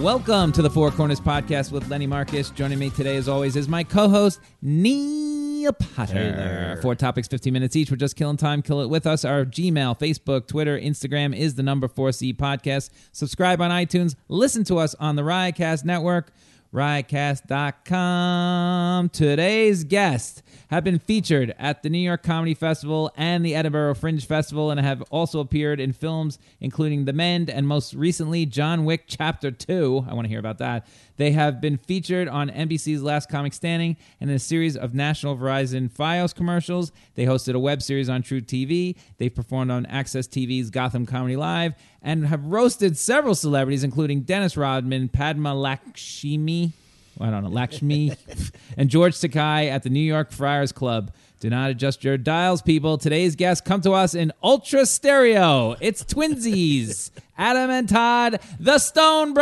Welcome to the Four Corners Podcast with Lenny Marcus. Joining me today, as always, is my co host, Neil Potter. Hey. Four topics, 15 minutes each. We're just killing time. Kill it with us. Our Gmail, Facebook, Twitter, Instagram is the number 4C podcast. Subscribe on iTunes. Listen to us on the Riotcast Network, riotcast.com. Today's guest have been featured at the New York Comedy Festival and the Edinburgh Fringe Festival and have also appeared in films including The Mend and most recently John Wick Chapter 2. I want to hear about that. They have been featured on NBC's Last Comic Standing and in a series of national Verizon Fios commercials. They hosted a web series on True TV. They've performed on Access TV's Gotham Comedy Live and have roasted several celebrities including Dennis Rodman, Padma Lakshmi, I don't know, Lakshmi and George Sakai at the New York Friars Club. Do not adjust your dials, people. Today's guests come to us in ultra stereo. It's twinsies, Adam and Todd, the Stone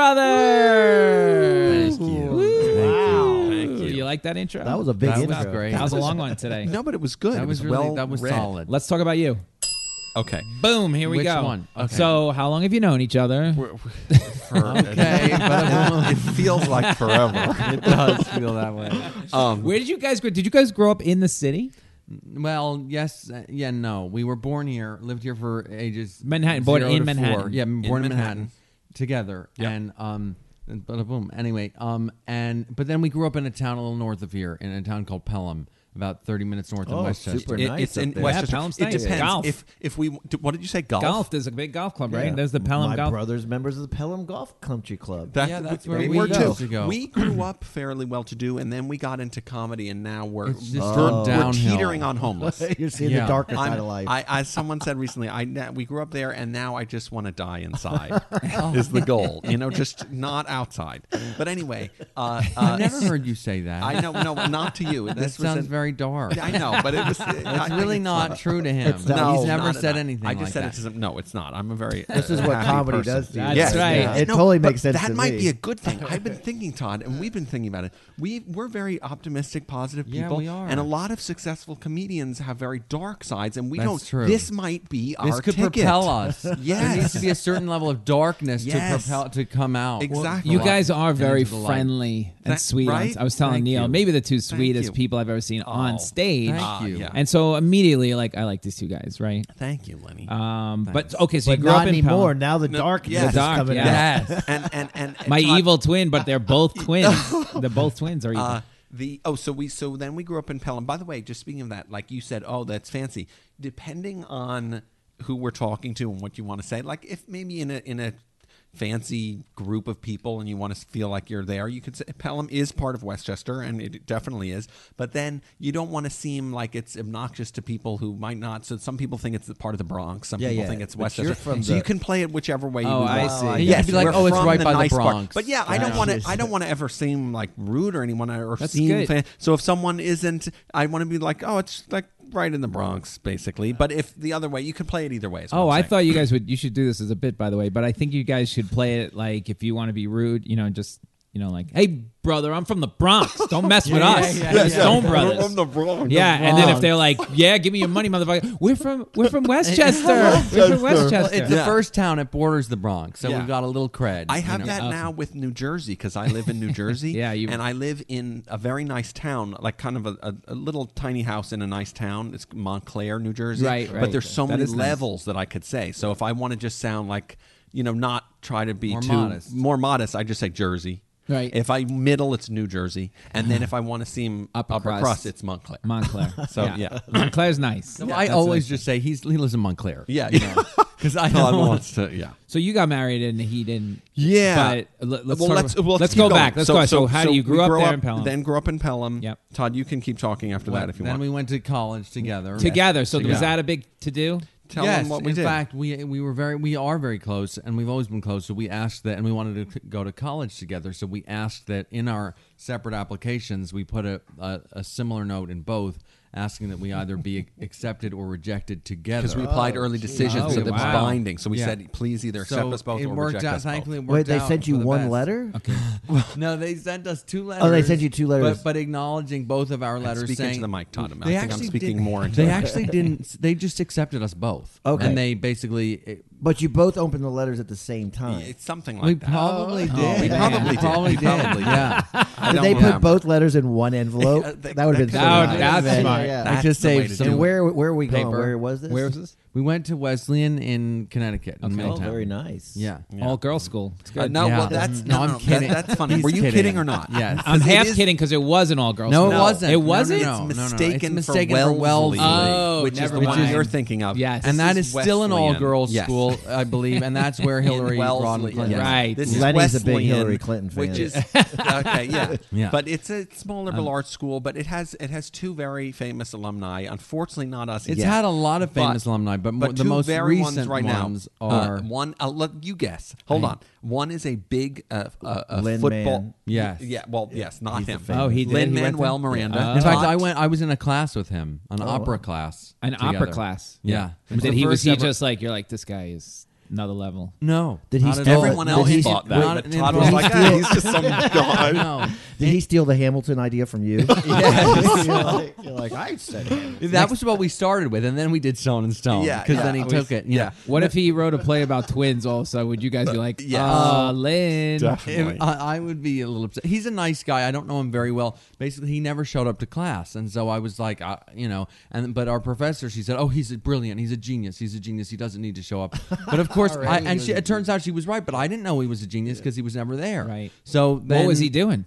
Brothers. Thank you. Wow. Thank you. You like that intro? That was a big That was intro. great. That was a long one today. No, but it was good. That It was, really well that was read. solid. Let's talk about you. Okay. Boom, here we Which go. one? Okay. So, how long have you known each other? okay, it feels like forever. it does feel that way. Um, Where did you guys grow? Did you guys grow up in the city? Well, yes, uh, yeah, no. We were born here, lived here for ages. Manhattan, born zero in to Manhattan. four. Yeah, In born in Manhattan, Manhattan. together. And um, and bada boom. Anyway, um, and but then we grew up in a town a little north of here, in a town called Pelham, about thirty minutes north Oh, of Westchester. super It- nice it's up in there. Yeah, Westchester. Pelham's it nice. depends. Golf. If if we what did you say? Golf. Golf. There's a big golf club, right? Yeah. There's the Pelham My Golf. brother's members of the Pelham Golf Country Club. Yeah, that's we- where they we were go. too. go. We grew up fairly well to do, and then we got into comedy, and now we're, It's just Oh. we're- gone we're downhill. teetering on homeless. You're seeing Yeah. the darker I'm- side of life. I, I, someone said recently, I na- we grew up there, and now I just want to die inside. Is Oh, the goal, you know, just not outside. But anyway, uh, uh, I never heard you say that. I know, no, not to you. That This was sounds a- very dark. I know, but it was. I That's think really it's not true to him. It's not. He's No, never not said enough. anything. I just like said that. it to some. No, it's not. I'm a very. this is what happy comedy person. does to you. That's Yes. right. Yeah. It No, totally but makes sense. That to might me. be a good thing. I've been thinking, Todd, and we've been thinking about it. We we're very optimistic, positive Yeah, people, we are. and a lot of successful comedians have very dark sides, and we That's don't. true. This might be This our could ticket. propel us. There needs Yes. to be a certain level of darkness Yes. to propel to come out. Exactly. You Well, guys are into very the light. friendly and Tha- sweet. on- right? I was telling Thank Neil, you. maybe the two Thank sweetest you. people I've ever seen on Oh, stage. Thank Ah, you. yeah. And so immediately, like, I like these two guys, right? Thank you, Lenny. Uh, Um, Thanks. but okay, so But you grew not up in Pelham. anymore. Now the No, darkness yes. is The dark, coming yeah. out. Yes. and and and, and My Todd, evil twin, but they're both twins. they're both twins are evil. Uh, the oh, so we so then we grew up in Pelham. By the way, just speaking of that, like you said, oh, that's fancy. Depending on who we're talking to and what you want to say, like if maybe in a in a fancy group of people and you want to feel like you're there, you could say Pelham is part of Westchester and it definitely is. But then you don't want to seem like it's obnoxious to people who might not. So some people think it's the part of the Bronx. Some Yeah, people yeah. think it's But Westchester. you're from so the- you can play it whichever way you Oh, want. I see. I You Yes, could be like, we're oh, it's from right by the nice part. Bronx. But yeah, I don't Gotcha. want to. I don't want to ever seem like rude or anyone or That's seem good. fan. So if someone isn't, I want to be like, oh, it's like right in the Bronx, basically. But if the other way, you can play it either way. is what Oh, I'm I saying. thought you guys would. You should do this as a bit, by the way. But I think you guys should play it like if you want to be rude, you know, just you know, like, hey, brother, I'm from the Bronx. Don't mess with yeah, us. yeah, We're yeah. Stone Brothers. Bronx. yeah, and then if Bronx. they're like, "Yeah, give me your money, motherfucker," we're from we're from Westchester. we're Well, from Westchester. it's the first town that borders the Bronx, so Yeah. we've got a little cred. I you have know. that now with New Jersey because I live in New Jersey. Yeah, you- and I live in a very nice town, like kind of a, a, a little tiny house in a nice town. It's Montclair, New Jersey. Right, But right. there's so That many is nice. levels that I could say. So if I want to just sound like, you know, not try to be More too modest. more modest, I just say Jersey. Right. If I middle, it's New Jersey, and then if I want to seem Upper upper, crust. crust. it's Montclair. Montclair. So, yeah. Montclair's nice. So Yeah, I that's always nice. just say he's he lives in Montclair. yeah, because I Todd don't want- wants to. Yeah. So you got married and he didn't. Yeah. But let- let's Well, talk let's, about- well, let's keep go going. back. Let's go. So how do you we grew up grow there in Pelham? Then grew up in Pelham. Yep. Todd, you can keep talking after that if you then want. we went to college together. together. So was Together. that a big to do? Tell yes, them what we in did. fact, we we were very we are very close, and we've always been close. So we asked that, and we wanted to c- go to college together. So we asked that in our separate applications, we put a a, a similar note in both, asking that we either be accepted or rejected together. because we applied early decisions, so Oh, that was wow. binding. So we Yeah. said, please either accept So us both it or worked reject out, us both. Thankfully, it worked Wait, they out sent you for the one best. letter? Okay. no, they sent us two letters. Oh, they sent you two letters. But, but acknowledging both of our letters. speak saying, into the mic, Todd. They I think I'm actually speaking didn't- more into They it. actually didn't. They just accepted us both. Okay. And they basically. it- But you both opened the letters at the same time. It's something like we that. probably Oh, did. we probably We did. probably We did. probably yeah. I Did don't they remember. put both letters in one envelope? Yeah, that, they- would have been that so could've nice. been. That's Yeah, smart. yeah. That That's just the way saves to some do And it. where where we going? paper. Where was this? Where was this? We went to Wesleyan in Connecticut. In Oh, Middletown. very nice. Yeah. All girls school. It's Uh, good. no, Yeah. well, that's No, no, I'm no, that- kidding. that's funny. He's Were you kidding. kidding, or not? Yes. I'm 'Cause it half is- kidding because it was an all girls No, school. it wasn't. It No, no, wasn't. no. It's no, no. It's mistaken, mistaken for for Wellesley. Wellesley, Oh, which is never the one mind. you're thinking of. Yes. And This that is, still an Wesleyan. all girls Yes. school, I believe, and that's where Hillary in Wellesley. Rodham Clinton. yes. Right. This is Lenny's a big Wesleyan, Hillary Clinton fan. which is okay, yeah. Yeah. Um, But it's a small liberal arts school, but it has it has two very famous alumni. Unforutely, not us. It's yet. had a lot of famous But- alumni, but, mo- but the two most very recent ones right ones now are Uh, one. I'll let you guess. Hold on. One is a big uh, uh, uh, Lin-Man. football. Yes. Yeah. Well, yes. Not He's the him. famous. Oh, he did? Lin He went Manuel to- Miranda. Yeah. In fact, But- I went. I was in a class with him, an Oh, opera class. An opera together. class. Yeah. It was Did the he was first he ever- just like you're like this guy is another level. No. Did he not at steal all. Everyone Did else he- thought that. not but an Todd was influence. like, "Ah, he's just some guy. No. Did he steal the Hamilton idea from you? Yes. you're, like, you're like, I said Hamilton." that was what we started with, and then we did Stone and Stone. Yeah, Because yeah. then he We- took it. yeah. Yeah. What if he wrote a play about twins? Also, would you guys be like, yes. "Ah, Um, Lynn"? If- I, I would be a little upset. He's a nice guy. I don't know him very well. Basically, he never showed up to class, and so I was like, I, you know. And but our professor, she said, "Oh, he's a brilliant. He's a genius. He's a genius. He doesn't need to show up." But of course, I, and she, it turns out she was right. But I didn't know he was a genius because he was never there. Right. So What then- was he doing?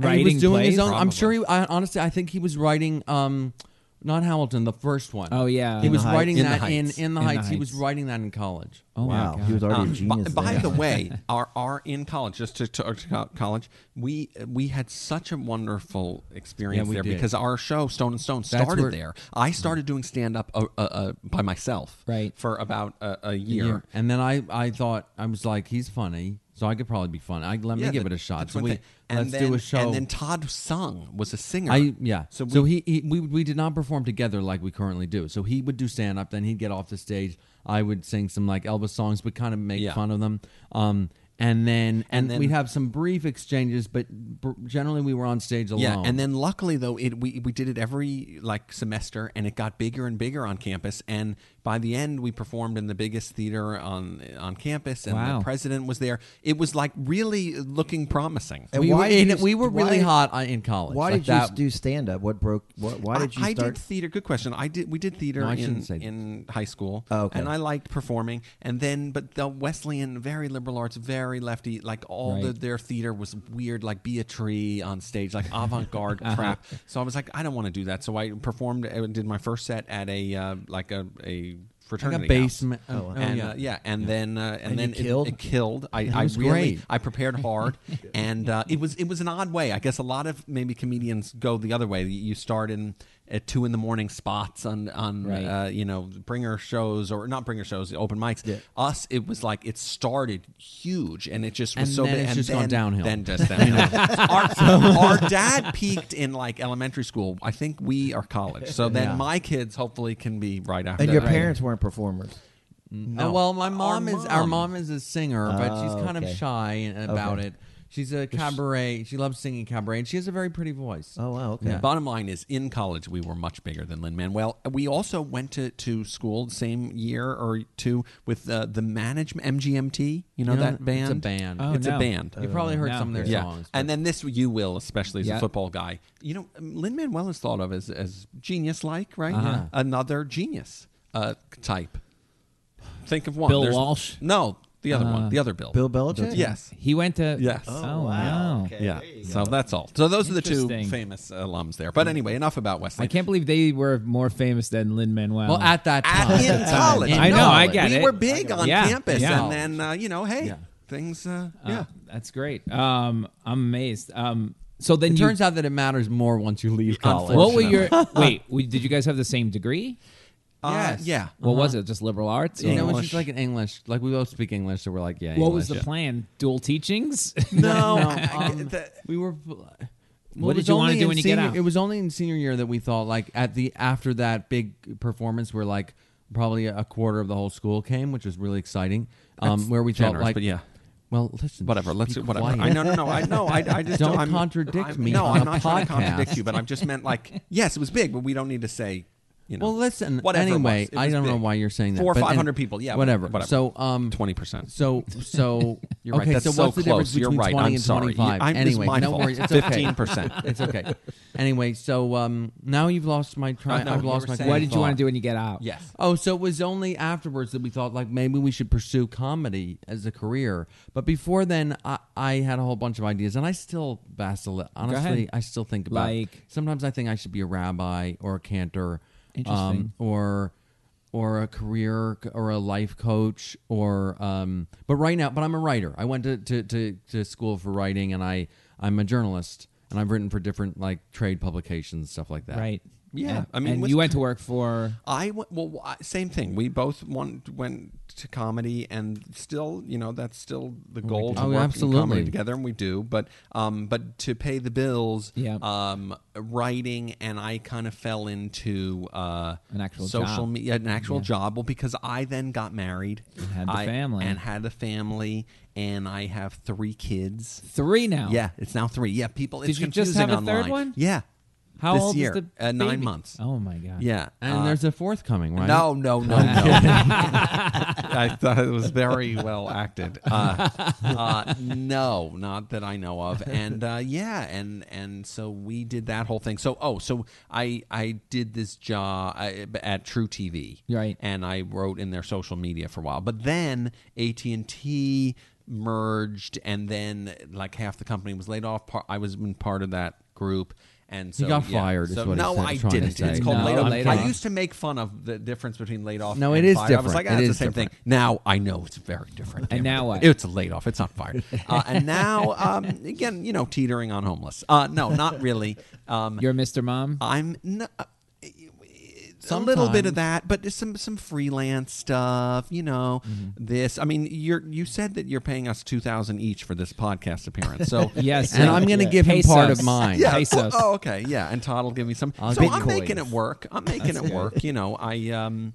and he was doing his plays? own. I'm sure he. I, honestly, I think he was writing. um not Hamilton, the first one. Oh, yeah. he In the was Heights. writing In the that in Heights. in the In the heights. He was Heights. writing that in college. Oh wow, my he god! was already a By, genius. Um, by then. the way, our, our in college, just to, to, to co- college, we we had such a wonderful experience Yeah, we there did. because our show Stone and Stone That's started where- there. I started doing stand up uh, uh, uh, by myself, Right. for about a, a year. year. And then I, I thought I was like, he's funny, so I could probably be funny. I let me Yeah, give that- it a shot. that's So one we thing. And let's then, do a show. And then Todd sung was a singer. I yeah. So, we- he, he we we did not perform together like we currently do. So he would do stand up, then he'd get off the stage. I would sing some like Elvis songs, but kind of make Yeah. fun of them. Um, and then and, then- we'd have some brief exchanges, but br- generally we were on stage alone. Yeah, and then luckily though, it we we did it every like semester, and it got bigger and bigger on campus. And by the end, we performed in the biggest theater on on campus, and Wow. the president was there. It was like really looking promising. And we why were, did in- you s- we were really why- hot uh, in college. Why Like did that- you do stand up? What broke? What, why did you I, I start? did theater. Good question. I did. We did theater No, I in shouldn't say that. in high school. Oh, okay. And I liked performing. And then, but the Wesleyan, very liberal arts, very lefty. Like all the, Right. their theater was weird, like be a tree on stage, like avant garde crap. So I was like, I don't want to do that. So I performed. I did my first set at a uh, like a a like a fraternity house. basement? Oh, oh, and yeah, uh, yeah and then uh, and, And you then it- killed? It, killed. I, I was really great. I prepared hard, and uh, it was it was an odd way. I guess a lot of maybe comedians go the other way. You start in at two in the morning spots on on Right. uh, you know bringer shows or not bringer shows, open mics. Us, it was like it started huge, and it just was And so then big. it's and just then, gone downhill. Then just downhill. our, our dad peaked in like elementary school. I think we are college. So then Yeah. my kids hopefully can be right after. and your that. parents weren't performers. Uh, well, my mom is our mom. mom is a singer, but she's Oh, kind okay. of shy and- about Okay. it. She's a cabaret. She loves singing cabaret, and she has a very pretty voice. Oh wow, okay. Yeah. Bottom line is, in college, we were much bigger than Lin Manuel. We also went to, to school the same year or two with uh, the management MGMT. You know You know, it's that a band? band. Oh, it's no. a band. You probably heard No. some of their yeah. songs. and then this you will, especially as Yeah. a football guy. You know, um, Lin Manuel is thought of as as genius like, right? Uh-huh. Another genius uh, type. Think of one. Bill Walsh? No, the other one. Uh, The other Bill. Bill Belichick. Yes. He went to Yes. Oh, Oh, wow! Yeah. So that's all. So those are the two Interesting. famous uh, alums there. But anyway, enough about Wesley. I can't believe they were more famous than Lin Manuel. well, at that at, time, in college. I know, No, I get we it. were big on Yeah, campus, yeah. and then uh, you know, hey, Yeah. things. Uh, Uh, yeah, that's great. Um, I'm amazed. Um, so then It you, turns out that it matters more once you leave college. what were your wait? we- Did you guys have the same degree? Uh, Yes. Yeah. What was it? Just liberal arts? You know, Or- when English. she's like in English, like we both speak English, so we're like, yeah. what was the English. plan? Dual teachings? No, um, the- we were. What it was did you wanna only do in when you get senior- out? It was only in senior year that we thought, like, at the after that big performance, where like probably a quarter of the whole school came, which was really exciting. Um, where we thought, generous, like, but yeah. Well, listen. Whatever. just Let's be whatever. quiet. I no no no. I no. I, I just Don't I'm- contradict I'm- me No, on I'm a not trying to contradict podcast. you, but I've just meant like yes, it was big, but we don't need to say. You know, Well, listen. Whatever it anyway, was, it I was don't know big. why you're saying that. Four or but five hundred and- people. Yeah, whatever. whatever. So, um, twenty percent. So, so You're right. okay, That's so so what's the close. difference You're between right. 20 I'm and sorry. You- 25? I'm- this is anyway, my no fault. worries. It's okay. 15%. It's okay. Anyway, so um, now you've lost my I try. know, I've you lost were my. saying- what did you want thought. to do when you get out? yes. Oh, so it was only afterwards that we thought like maybe we should pursue comedy as a career. But before then, I, I had a whole bunch of ideas, and I still vacillate. ahead. Honestly, I still think about it. Like- sometimes I think I should be a rabbi or a cantor, um, Interesting. or or a career c- or a life coach or um. But right now, but I'm a writer. I went to to to, to school for writing, and I I'm a journalist, and I've written for different like trade publications, stuff like that. Right. Yeah, And- I mean, and with- you went to work for I went, well, I- same thing. We both went, went to comedy, and still, you know, that's still the goal to God. Oh, work in absolutely. comedy together, and we do. But, um, but to pay the bills, Yeah. um, writing, and I kind of fell into uh, An actual social job. media, an actual job. Well, because I then got married, had the I- family. and had a family, and I have three kids. three now. Yeah, it's now three. Yeah, people. Did it's you just confusing have a third online. one? Yeah. How this old year, is the uh, nine baby? months? Oh my god. Yeah, And uh, there's a forthcoming, right? no, no, no, no. I thought it was very well acted. Uh, uh, no, not that I know of. And uh, yeah, and and so we did that whole thing. So oh, so I I did this job I- at True TV, Right. And I wrote in their social media for a while, but then AT and T merged, and then like half the company was laid off. Par- I was in part of that group. And so got yeah. fired is So, what it no, said- I trying to didn't. say. It's called No, laid off. laid I off. used to make fun of the difference between laid off. No, and it is fired. I was different. like, It ah, it's the is same different. thing. Now I know it's very different. And now what? It's a laid off. It's not fired. Uh, and now, um, again, you know, teetering on homeless. Uh, no, not really. Um, You're Mr. Mom. I'm n- uh, a little bit Sometimes. of that, but there's some some freelance stuff. You know, Mm-hmm. this. I mean, you're you said that you're paying us two thousand each for this podcast appearance. So yes. And I'm going to Yeah. give him part Pesos. of mine. yeah. Pesos. Oh, okay. Yeah, and Todd will give me some. I'll so give I'm you making it coins. work. I'm making it work. You know, I um,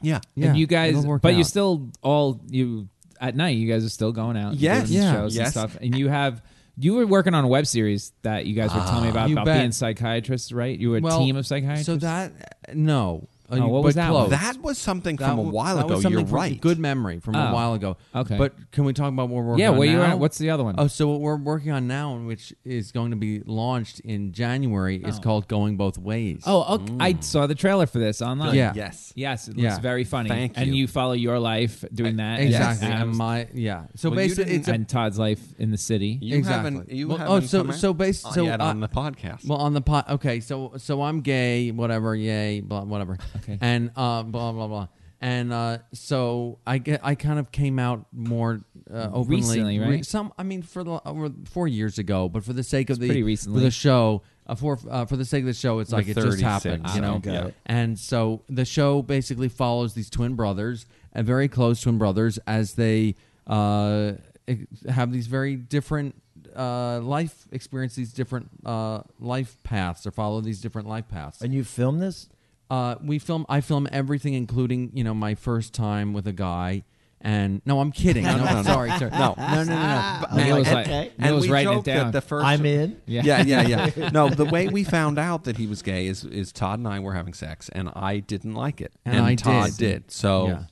yeah. Yeah, and you guys, it'll work but you out. still all you at night. You guys are still going out. and Yes. doing Yeah. shows Yes. and stuff. And you have you were working on a web series that you guys were telling me about Ah, You about bet. being psychiatrists, right? You were a Well, team of psychiatrists. So that no, Uh, Oh, what was but that close. one? That was something That from a w- while that was ago. something You're from- right. Good memory from Oh, a while ago. okay. but can we talk about what we're working Yeah, on where you now? at? What's the other one? Oh, so what we're working on now, which is going to be launched in January, is called "Going Both Ways." oh, okay. I Mm. saw the trailer for this online. Yeah. Yes. Yes, it looks Yeah. very funny. Thank and you. you follow your life doing that. and exactly. Adam's- And my yeah. So Well, you basically, didn't- it's a and Todd's life in the city. You Exactly. haven't. You Well, oh, haven't so- come so basi- out Oh, so yet I- on the podcast. Well, on the pot. Okay, so so I'm gay, whatever, yay, blah, whatever. Okay. And uh, blah blah blah. And uh, so I get, I kind of came out more uh, openly. Recently, right? some, I mean, for the over four years ago, but for the sake of pretty the recently. for the show, uh, for uh, for the sake of the show, it's like it just 36, happened, I you know. think, yeah. And so the show basically follows these twin brothers, uh, very close twin brothers, as they uh, ex- have these very different uh, life experience, these different uh, life paths, or follow these different life paths. And you film this? Uh, we film. I film everything, including you know my first time with a guy. And no, I'm kidding. No, no, no. sorry, sorry. No. no, no, no. no. But- Neil was and- like- and Neil was we writing it joked that down. The first, Ah, I'm in. Yeah. Yeah, yeah, yeah. No, the way we found out that he was gay is is Todd and I were having sex, and I didn't like it, And I Todd did. did. So Yeah.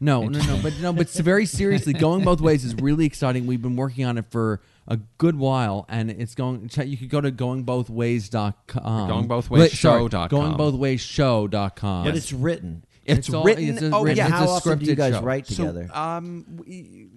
No, no, no, but no, but s- very seriously, going both ways is really exciting. We've been working on it for a good while, and it's going. ch- You could go to goingbothways.com. Goingbothwayshow.com. Wait, sorry, Goingbothwayshow.com. But it's written. it's, all- written. it's a oh written- yeah, it's a How often do you scripted guys show. write So, together? um, we,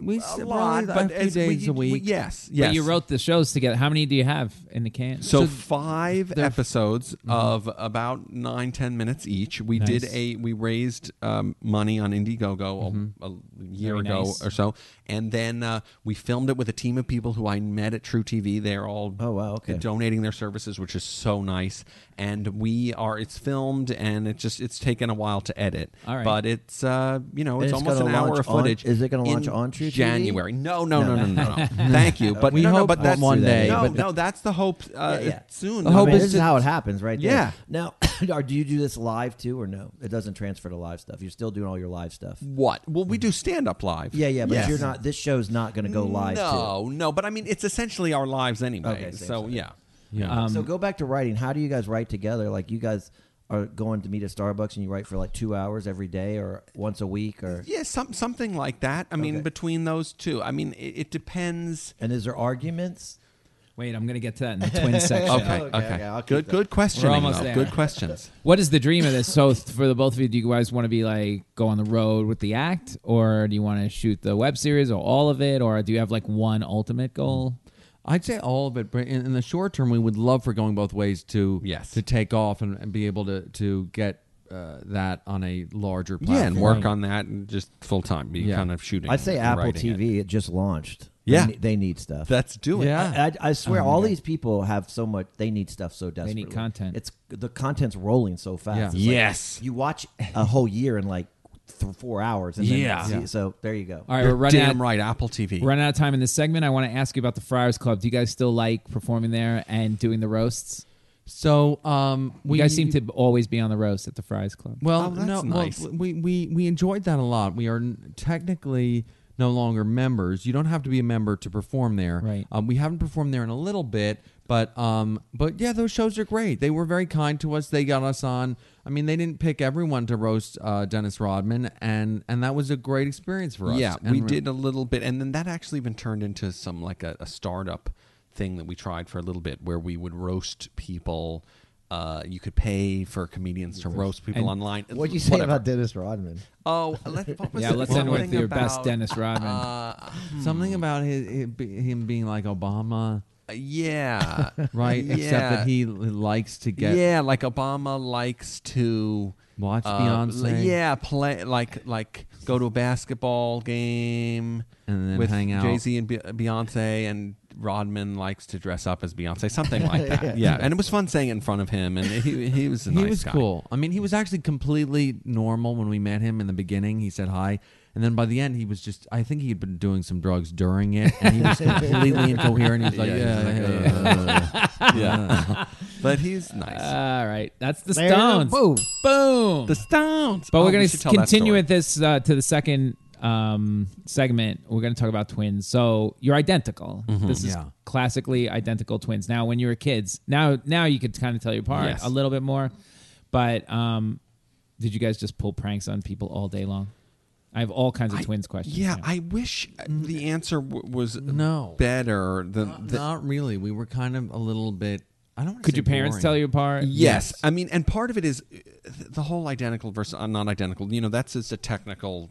We a lot, but as we- days a we- week. yes, yes. But you wrote the shows together. How many do you have in the can? So, So five episodes Mm-hmm. of about nine ten minutes each. We did Nice. a we raised um, money on Indiegogo Mm-hmm. a, a year Very ago nice. or so, and then uh, we filmed it with a team of people who I met at True TV. They're all Oh, wow, okay. donating their services, which is so nice. And we are it's filmed and it just it's taken a while to edit. All right. but it's uh, you know it's, it's almost an gonna hour launch of on- footage. is it gonna in launch on True TV? January? No, no, no, No. no, no, no. Thank you, but We no, no, hope but that's one day, No, but no, that's the hope. Uh, Yeah, yeah. Soon, The hope I mean, is this to- is how it happens, right? there. Yeah. Now, are, do you do this live too, or no? It doesn't transfer to live stuff. You're still doing all your live stuff. What? Well, we do stand up live. Yeah, yeah, but Yes. you're not. This show's not going to go live. No, no, but I mean, it's essentially our lives anyway. Okay, same so side. yeah, Yeah. Too. So go back to writing. How do you guys write together? Like you guys are going to meet at Starbucks and you write for like two hours every day or once a week or. yeah, some something like that. I mean, Okay. between those two, I mean, it, it depends. And is there arguments? Wait, I'm gonna get to that in the twin section. Okay, okay, okay, okay, I'll keep good, that. good question. We're almost there. Good questions. What is the dream of this? So, th- for the both of you, do you guys want to be like go on the road with the act, or do you want to shoot the web series or all of it, or do you have like one ultimate goal? I'd say all of it, but in, in the short term, we would love for going both ways to Yes. to take off and, and be able to to get uh, that on a larger platform. Yeah, and work on that and just full time, be Yeah. kind of shooting. I'd say and Apple writing it. TV. It. just launched. Yeah. they, ne- they need stuff. That's doing. Yeah. I, I, I Oh swear, all these people have so much. They need stuff so desperately. content. It's the content's rolling so fast. Yeah. It's like Yes. you watch a whole year in like th- four hours. And then Yeah. see- Yeah. So there you go. All right, You're we're running damn out, right. Apple TV. running out of time in this segment. I want to ask you about the Friars Club. Do you guys still like performing there and doing the roasts? So um, we you guys seem to always be on the roast at the Friars Club. Well, Oh, that's no, well, nice. we, we we enjoyed that a lot. We are n- technically no longer members. You don't have to be a member to perform there. Right. Um, we haven't performed there in a little bit, but um, but yeah, those shows are great. They were very kind to us. They got us on. I mean, they didn't pick everyone to roast uh, Dennis Rodman, and and that was a great experience for us. Yeah, And we re- did a little bit, and then that actually even turned into some like a, a startup thing that we tried for a little bit, where we would roast people. Uh, you could pay for comedians to roast people And- online. What'd you say Whatever. about Dennis Rodman? Oh, let, what was yeah, it? let's end with Something your best about- Dennis Rodman. Uh, something about his, his, him being like Obama, Yeah, right? Yeah. Except that he likes to get yeah, like Obama likes to Watch uh, Beyonce. li- Yeah, play like like go to a basketball game And then with hang out. Jay Z and Be- Beyonce, and Rodman likes to dress up as Beyonce, something like that. yeah. and it was fun saying it in front of him, and he he was a he nice was guy. cool. I mean, he was actually completely normal when we met him in the beginning. He said hi, and then by the end, he was just—I think he had been doing some drugs during it, and he was completely incoherent. He was like, Yeah, "Yeah, he was yeah, yeah, yeah." Uh, Yeah, but he's nice. All right, that's the There it is. Stones. Boom. boom. the Stones, But Oh, we're we going should to tell that continue story. with this uh, to the second um, segment. We're going to talk about twins. So you're identical. Mm-hmm, This is Yeah. classically identical twins. Now, when you were kids, now now you could kind of tell your apart Yes. a little bit more. But um, did you guys just pull pranks on people all day long? I have all kinds of I- twins questions. Yeah, now. I wish the answer w- was No. better than the, Not really. We were kind of a little bit. I don't. wanna could say your parents boring. tell you apart? Yes. I mean, and part of it is uh, th- the whole identical versus uh, non-identical. You know, that's just a technical.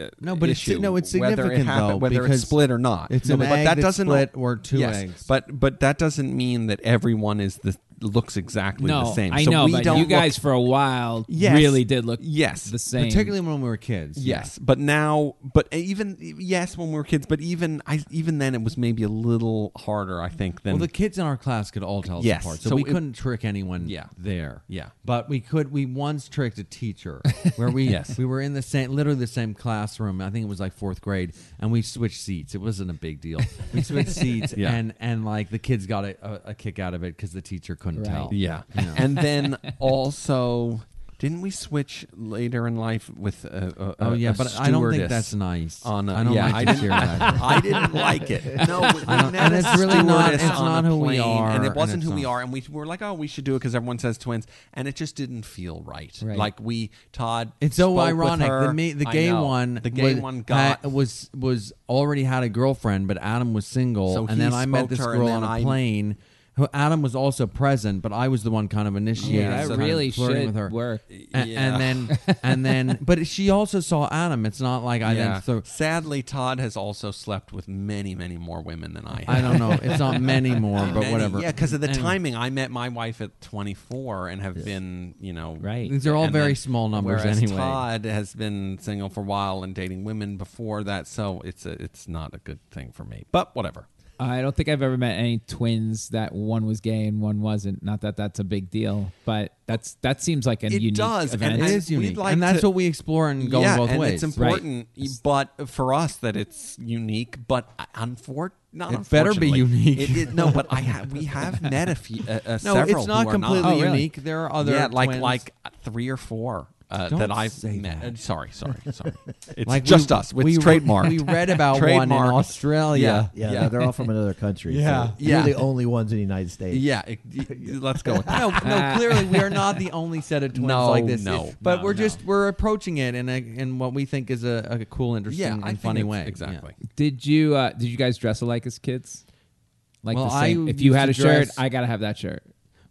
uh, No, but it's- issue, no, it's whether it significant, happened, though, whether it's because split or not. it's no, an but egg that that's doesn't split or two yes, eggs. But but that doesn't mean that everyone is the looks exactly No, the same. I so know, we but don't you look- guys for a while Yes. really did look Yes. the same. particularly when we were kids. Yes, but now, but even yes, when we were kids, but even I, even then, it was maybe a little harder, I think. Than Well, the kids in our class could all tell us Yes. apart, so, So we it- couldn't trick anyone. Yeah. there. Yeah. but we could. We once tricked a teacher where we Yes. we were in the same, literally the same classroom. I think it was like fourth grade, and we switched seats. It wasn't a big deal. We switched seats, Yeah. and and like the kids got a, a, a kick out of it because the teacher couldn't Right. tell. Yeah. And then also, didn't we switch later in life with a, a Oh a- yeah, a but I don't think stewardess that's nice. On a, I don't yeah, like I to didn't, hear that. I didn't like it. No, we I don't- met and a it's really not- stewardess it's on not a who we plane, are, and it and wasn't it's who we not- are. And we were like, oh, we should do it because everyone says twins, and it just didn't feel right. Right. Like we, Todd. It's so spoke with ironic. her. The, ma- the I gay know. one, the gay was, one got had- was was already had a girlfriend, but Adam was single. So and he then I met spoke to this her, girl and on a then I- plane who Adam was also present, but I was the one kind of initiating. Yeah, that kind of really flirting should with her. work. A- And, Yeah. then, and then, but she also saw Adam. It's not like I yeah. then threw. Sadly, Todd has also slept with many, many more women than I have. I don't know. It's not many more, but Many. whatever. Yeah, because of the Anyway. timing, I met my wife at 24 and have been, you know, Right. These are all and very then- small numbers whereas anyway. Todd has been single for a while and dating women before that, so it's a, it's not a good thing for me. But whatever. I don't think I've ever met any twins that one was gay and one wasn't. Not that that's a big deal, but that's that seems like a It unique does, and event. It I- is we'd unique, like and that's to- what we explore and go yeah, both and ways. it's important, but for us that it's unique. But unfor- not It better be unfortunately. unique. It, it- no, but I ha- we have met a few, uh, uh, No, several it's not who are completely Oh, really? unique. There are other yeah, like twins. like uh, three or four uh, Don't that I've say met. that. uh, sorry, sorry, sorry. It's Like we- just us. It's we- trademarked. we read about one in Trademarked. Australia. Yeah, Uh, Yeah, yeah, they're all from another country. so Yeah. Yeah. You're the only ones in the United States. yeah. it- y- let's go with that. no, no. Clearly, we are not the only set of twins No, like this. no, but no, we're no. just we're approaching it in a in what we think is a, a cool, interesting, yeah, and I think funny it's- way. Exactly. Did you uh, did you guys dress alike as kids? Like Well, the same. I if you had a used to shirt, dress- I gotta have that shirt.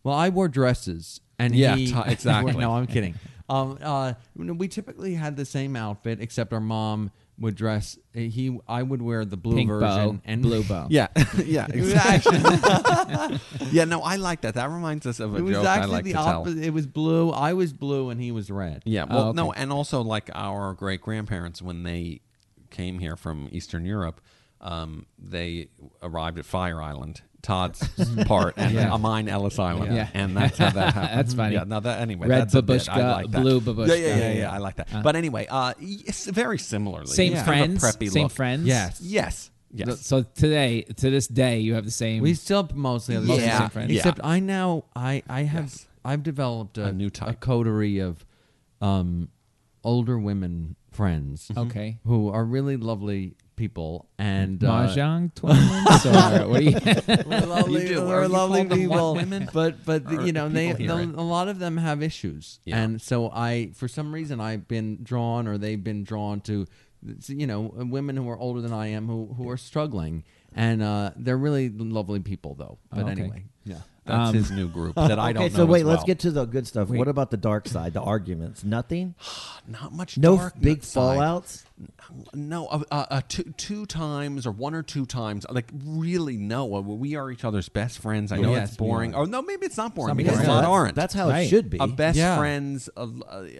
Well, I wore dresses, and Yeah, he, t- exactly. no, I'm kidding. Um, uh, no, we typically had the same outfit, except our mom would dress. eh, He, I would wear the blue Pink version bow and blue bow. Yeah, yeah, It was exactly. actually, yeah. No, I like that. That reminds us of a it was joke I actually like the to tell. opposite. It was blue. I was blue, and he was red. Yeah. Well, Oh, okay. no, and also like our great grandparents when they came here from Eastern Europe, um, they arrived at Fire Island, Todd's part, and Yeah. uh, mine Ellis Island, Yeah. and that's how that happened. That's funny. Yeah. Now that anyway, Red that's a bit. babushka, I like that. blue babushka. Yeah, yeah, yeah, yeah, Yeah. I like that. but anyway, uh, yes, very similarly. Same It's kind of friends. a preppy same look. friends. Yes. Yes. Yes. So today, to this day, you have the same. We still mostly have the Mostly same Mm. Yeah. friends. yeah. Except I now I I have Yes. I've developed a, A new type. coterie of um, older women friends. Okay. Who are really lovely people and uh, mahjong tournaments or what do you? we're lovely, You do. we're Are you lovely calling them people. what women? But but Or you know they, people here, they'll- right? a lot of them have issues, Yeah. and so I for some reason I've been drawn or they've been drawn to you know uh, women who are older than I am who who are struggling, and uh, they're really lovely people though. But Okay. anyway, yeah. um, That's his new group that I don't Okay, know. so wait, as let's well. get to the good stuff. Wait. What about the dark side, the arguments? Nothing? not much. No dark big side. fallouts? No, uh, uh, uh, two, two times or one or two times, like really, no. Uh, we are each other's best friends. I know Yes, it's we boring. are. Oh no, maybe it's not boring Some because people it's are. not that's, orange. That's how Right. it should be. a best Yeah. friends, a,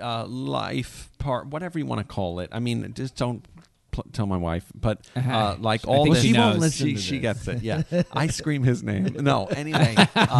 uh life part, whatever you want to call it. I mean, just don't pl- tell my wife, but uh, like all think this, she won't listen She, to she this. gets it. Yeah, I scream his name. No, anyway,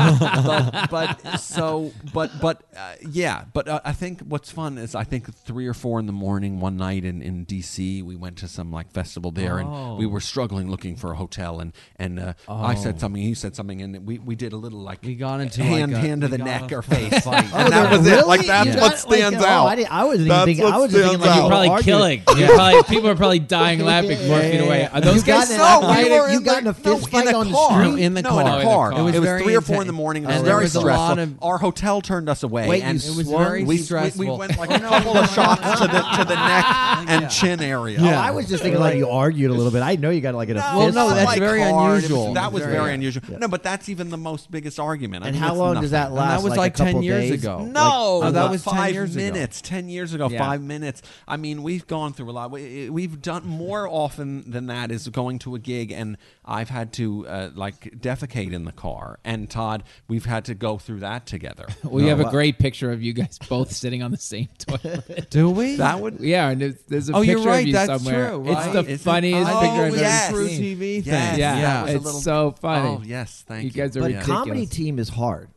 uh, but, but so but but uh, yeah, but uh, I think what's fun is I think three or four in the morning one night in in D.C. we went to some like festival there, Oh. Oh. and we were struggling looking for a hotel, and and uh, I said something, he said something, and we we did a little like We got into hand like a- hand to we the got neck a or face fight. and that Oh, was it. Like that's Yeah. what stands out. I, didn't, I wasn't even That's thinking. what I was just thinking stands like out. you You're were probably arguing. killing. You're probably, people are probably dying laughing four feet away. Are those You got guys? in No, an we argument? were You in got the- in a fist no, fight on a the car. street? No, in the no, car. In a car. It was It was, very three or four intense. in the morning. It And was there very was a stressful. lot of- Our hotel turned us away, Wait, and you It was swung? very we, we- stressful. we went like a couple of shots to the to the neck and chin area. Oh, I was just thinking like you argued a little bit. I know you got like in a No, Well, fist no, fight. that's like very hard. It was- unusual. that was Very- very, unusual. No, but that's even the most biggest argument. I And mean, how that's long does nothing. that last? that was like a 10 couple years days? ago. uh, No, Like, oh, that about was 10 five years ago. minutes. Ten years ago, Yeah. five minutes. I mean, we've gone through a lot. We, eh, we've done more often than that is going to a gig, and I've had to uh, like defecate in the car. And Todd, we've had to go through that together. We have a great picture of you guys both sitting on the same toilet. Do we? That would Yeah, and there's, there's a Oh, picture you're of right, you that's somewhere. true, It's right? the It's- funniest oh, picture I've yes. ever True seen. TV thing. Yes. Yeah, that was a it's little- so funny. Oh yes, thank you you. guys are But ridiculous. comedy team is hard.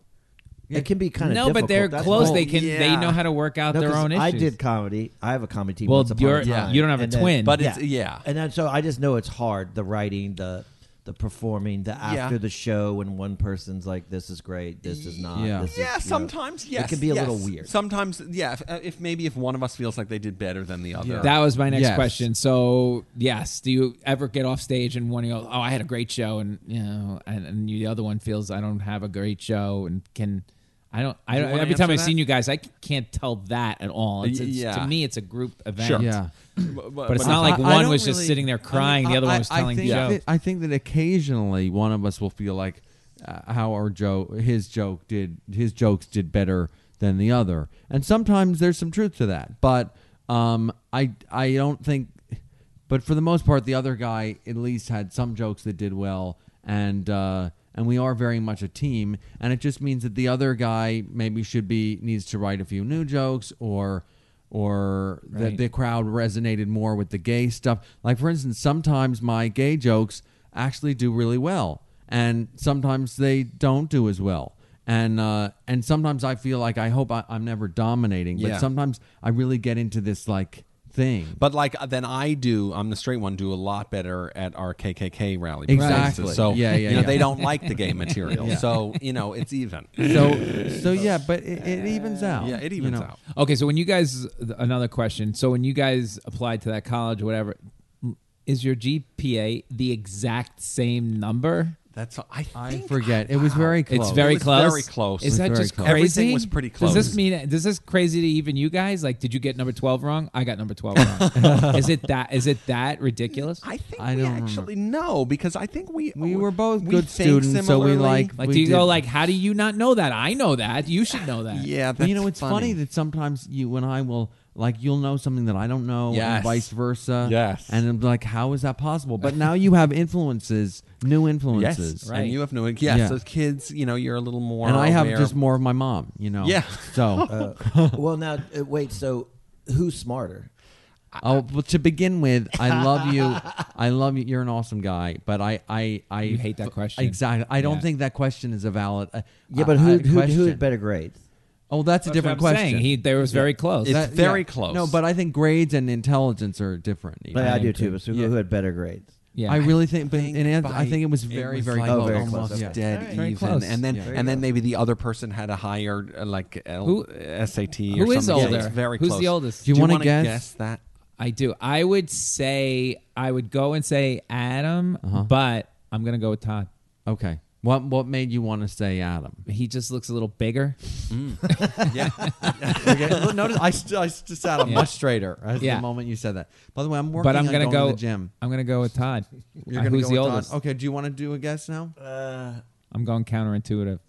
It can be kind of no, but they're close. They can. They Yeah. know how to work out their own issues. I did comedy. I have a comedy team. Well, once upon you're- a time. you don't have a And then- twin. But it's- yeah. And then, so I just know it's hard. The writing, the the performing, the Yeah. after the show when one person's like, "This is great. This is not." Yeah. this is," you Yeah, know. sometimes yes. It can be a yes. little weird. Sometimes yeah, if, uh, if maybe if one of us feels like they did better than the other. That was my next Yes. question. So, yes, do you ever get off stage and one of you goes, "Oh, I had a great show," and you know, and, and the other one feels, "I don't have a great show," and can I don't I you don't, wanna every time answer I've that? seen you guys, I c- can't tell that at all. It's, it's, Yeah. To me, it's a group event. Sure. yeah. but, but it's not like I- I one don't was just really- sitting there crying, I mean, the other I- one was I telling think jokes. that- I think that occasionally one of us will feel like uh, how our joke, his joke did, his jokes did better than the other, and sometimes there's some truth to that. But um, I I don't think, but for the most part, the other guy at least had some jokes that did well, and uh, and we are very much a team, and it just means that the other guy maybe should be needs to write a few new jokes or or that Right. the crowd resonated more with the gay stuff. Like for instance, sometimes my gay jokes actually do really well, and sometimes they don't do as well. And uh, and sometimes I feel like I hope I, I'm never dominating, Yeah. but sometimes I really get into this like thing. But like uh, then I do, I'm the straight one, do a lot better at our KKK rally. Exactly. performances. So Yeah, yeah, you know yeah. they don't like the gay material. So you know it's even. so so yeah, but it, it evens out. Yeah, it you evens know. out. Okay, so when you guys, th- another question. So when you guys applied to that college, whatever, is your GPA the exact same number? That's I I think- forget. It was very close. It's very was close. very close. Is It that was just very close. crazy? Everything was pretty close. Does this mean? Does this crazy to even you guys? Like, did you get number twelve wrong? I got number twelve wrong. is it that? Is it that ridiculous? I think I we don't actually know because I think we We were both we good think students, so we similarly. like like, we do you go did- like, how do you not know that? I know that. You should know that. yeah. That's But you know, it's funny. that sometimes you and I will like you'll know something that I don't know, Yes. and vice versa. Yes. and I'm like, how is that possible? But now you have influences, new influences, yes, right. and you have no yes. Yeah. Those kids, you know, you're a little more. and I have aware just of- more of my mom. You know, Yeah. So, well, now uh, wait. So, who's smarter? oh, well, to begin with, I love you. I love you. You're an awesome guy, but I, I, I You hate that question. Exactly. I don't Yeah. think that question is a valid. Uh, Yeah, uh, but who uh, who, who question. had better grades? Oh, that's, a That's different what I'm question. Saying. He, they was very close. It's That- very yeah. close. No, but I think grades and intelligence are different. But I, I do agree. too. But so who- Yeah. who had better grades? yeah. I really think, but think in answer, I by- think it was very, was very like Oh, close, very almost close, yeah. okay. dead Very even, close. and then Yeah. and then maybe the other person had a higher uh, like L- Who- SAT or Who is something. older? It's very Who's close. the oldest? Do you want wanna to guess? that? I do. I would say I would go and say Adam, Uh-huh. but I'm gonna go with Todd. Okay. What what made you want to say Adam? He just looks a little bigger. Mm. Okay, look, Notice I st- I st- sat up Yeah. much straighter as Yeah. the moment you said that. By the way, I'm working. but I'm on gonna going go. to the gym. I'm gonna go with Todd. You're Uh, gonna Who's go the with Todd? oldest? Okay. Do you want to do a guess now? I'm going counterintuitive.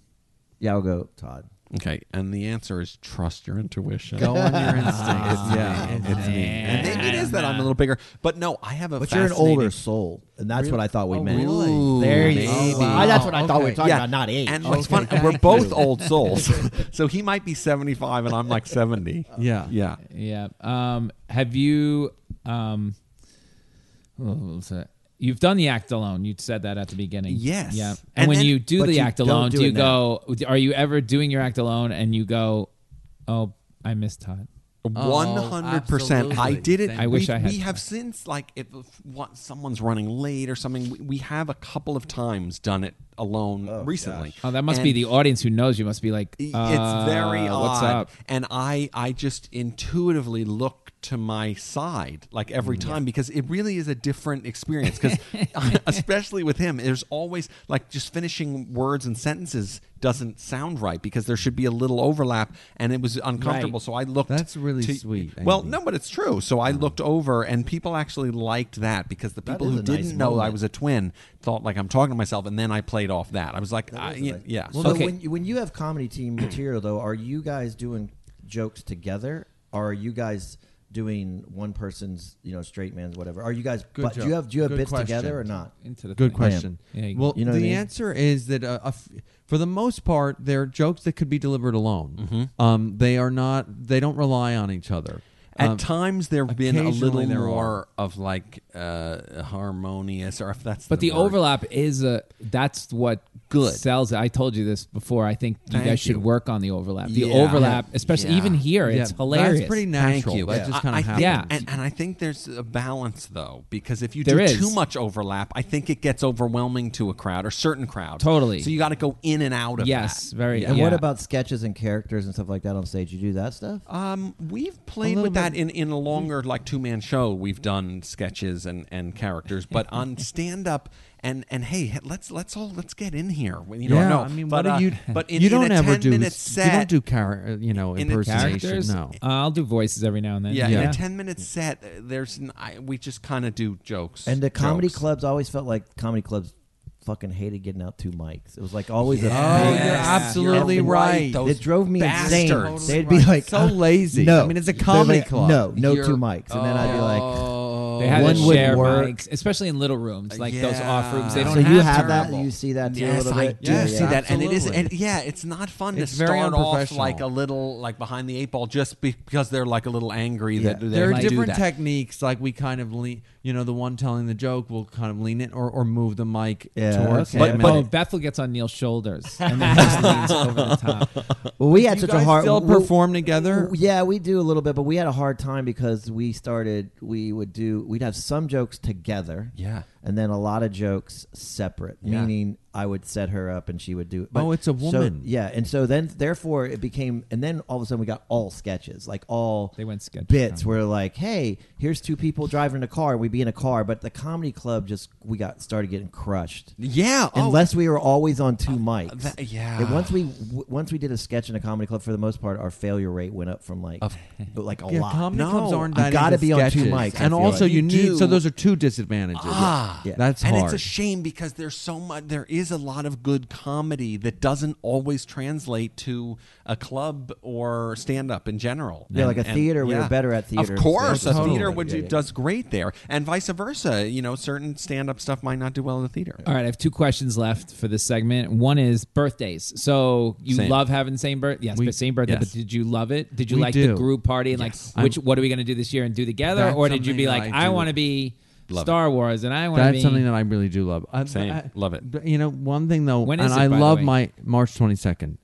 Yeah, I'll go Todd. Okay, and the answer is trust your intuition. Go on your instincts. It's yeah. me. It's me. And maybe it is that I'm a little bigger, but no, I have a. But you're an fascinating- older soul, and that's what I thought we Oh, meant. really? There you Maybe. Oh, go. I- that's what I thought we Okay. were talking Yeah, about, not age. And what's Okay, funny, we're thank both you. old souls, so he might be seventy-five and I'm like seventy. Yeah. yeah. Yeah. Um, have you? Um, oh, what was that? You've done the act alone. You said that at the beginning. Yes. Yeah. And, And when then- you do but the you act don't alone, do do you it now. go? Are you ever doing your act alone and you go, "Oh, I missed Todd." One hundred percent. I absolutely. did it. Thank I wish we, I had We time. have since, like, if, if what, someone's running late or something, we, we have a couple of times done it alone recently. Oh, that must be And the audience who knows you. Must be like, It's uh, very odd. What's up? And I, I just intuitively look to my side like every time because it really is a different experience. Because especially with him, there's always like just finishing words and sentences doesn't sound right because there should be a little overlap, and it was uncomfortable. Right. So I looked. That's really to- sweet, Well, Andy. no, but it's true. So I looked over, and people actually liked that because the people is who a nice didn't know I moment. was a twin thought like I'm talking to myself, and then I played off that. I was like, I, is a nice- yeah. Well, So- though, Okay. when, you- when you have comedy team material, though, are you guys doing jokes together? Or are you guys doing one person's, you know, straight man's whatever? Are you guys? Good but do joke. you have do you have Good bits question. together or not? Into the Good thing. question. Yeah, you- well, You know the what I mean? answer is that uh, a f- for the most part, they're jokes that could be delivered alone. Mm-hmm. Um, they are not. They don't rely on each other. At Um, times, there have been a little occasionally there more of like uh, harmonious, or if that's But the word. overlap is a that's what Good. sells it. I told you this before. I think you Thank guys should you. work on the overlap. The Yeah. overlap, especially Yeah. even here, it's yeah, hilarious. That's pretty Thank natural. you. That just kind I- I of think- happens. Yeah. and, and I think there's a balance though, because if you There do is. too much overlap, I think it gets overwhelming to a crowd or certain crowds. Totally. So you got to go in and out of yes, that. very. And yeah. what about sketches and characters and stuff like that on stage? You do that stuff? Um, we've played little with that bit. in, in a longer like two man show. We've done sketches and, and characters, but on stand up and and hey, let's let's all let's get in here. You know, yeah, no, I mean, but, what uh, do you? But in, you in don't a ever 10 do. minute s- You don't set, do char- uh, you know In a impersonation. characters? No, Uh, I'll do voices every now and then. Yeah, in a ten minute set, uh, there's n I we just kind of do jokes. And the comedy jokes. clubs I always felt like comedy clubs fucking hated getting out two mics. It was like always a Oh, fight. you're absolutely You're right. Those it drove me insane. bastards. They'd be like, so uh, lazy. No, I mean, it's a They'd be comedy like, club. No, no You're- two mics, and then I'd be like, oh, They had One to would share work. mics, especially in little Uh, rooms, like Yeah. those off rooms. They don't So so have you have terrible. that, you see that too a Yes, little I bit. do Yeah, see yeah. that, and it is, Absolutely. and yeah, it's not fun It's to very start off unprofessional. like a little, like behind the eight ball, just be, because they're like a little angry Yeah. that they there are might do different that. techniques. Like we kind of lean, you know, the one telling the joke will kind of lean it or, or move the mic Yeah, towards. okay. them. But- oh, Bethel gets on Neil's shoulders and then he just leans over the top. Well, we had you such guys a hard. still we- perform together? Oh, w- Yeah, we do a little bit, but we had a hard time because we started. We would do. We'd have some jokes together. Yeah. And then a lot of jokes separate, Yeah. meaning I would set her up and she would do. Oh, it's a so- woman. yeah, and so then therefore it became, and then all of a sudden we got all sketches, like all They went sketch bits comedy. where like, hey, here's two people driving a car, we'd be in a car, but the comedy club just we got started getting crushed Yeah, oh, Uh, unless we were always on two mics. that- yeah. And once we w- once we did a sketch in a comedy club, for the most part, our failure rate went up from like like a yeah, lot. comedy No, clubs aren't you that gotta into be on two sketches. mics, I and feel also like. you You need. So do. those are two disadvantages. Ah, Yeah. that's and hard. it's a shame because there's so much. There is a lot of good comedy that doesn't always translate to a club or stand up in general. Yeah, like a theater, we were better at theater Of than course, a stand-up. theater Totally. would Yeah, do yeah. does great there, and vice versa. You know, certain stand up stuff might not do well in the theater. All right, I have two questions left for this segment. One is birthdays. So you Same. love having same birth, yes, We- but same birthday. yes. But did you love it? Did you We like do. the group party and like which? What are we going to do this year and do together? That's Or did you something be that like, I I, do. want to be Love Star Wars and I want to That's be something that I really do love. I, Same. I- Love it. but, You know, one thing though, When and is it, I by the love way? my March twenty second.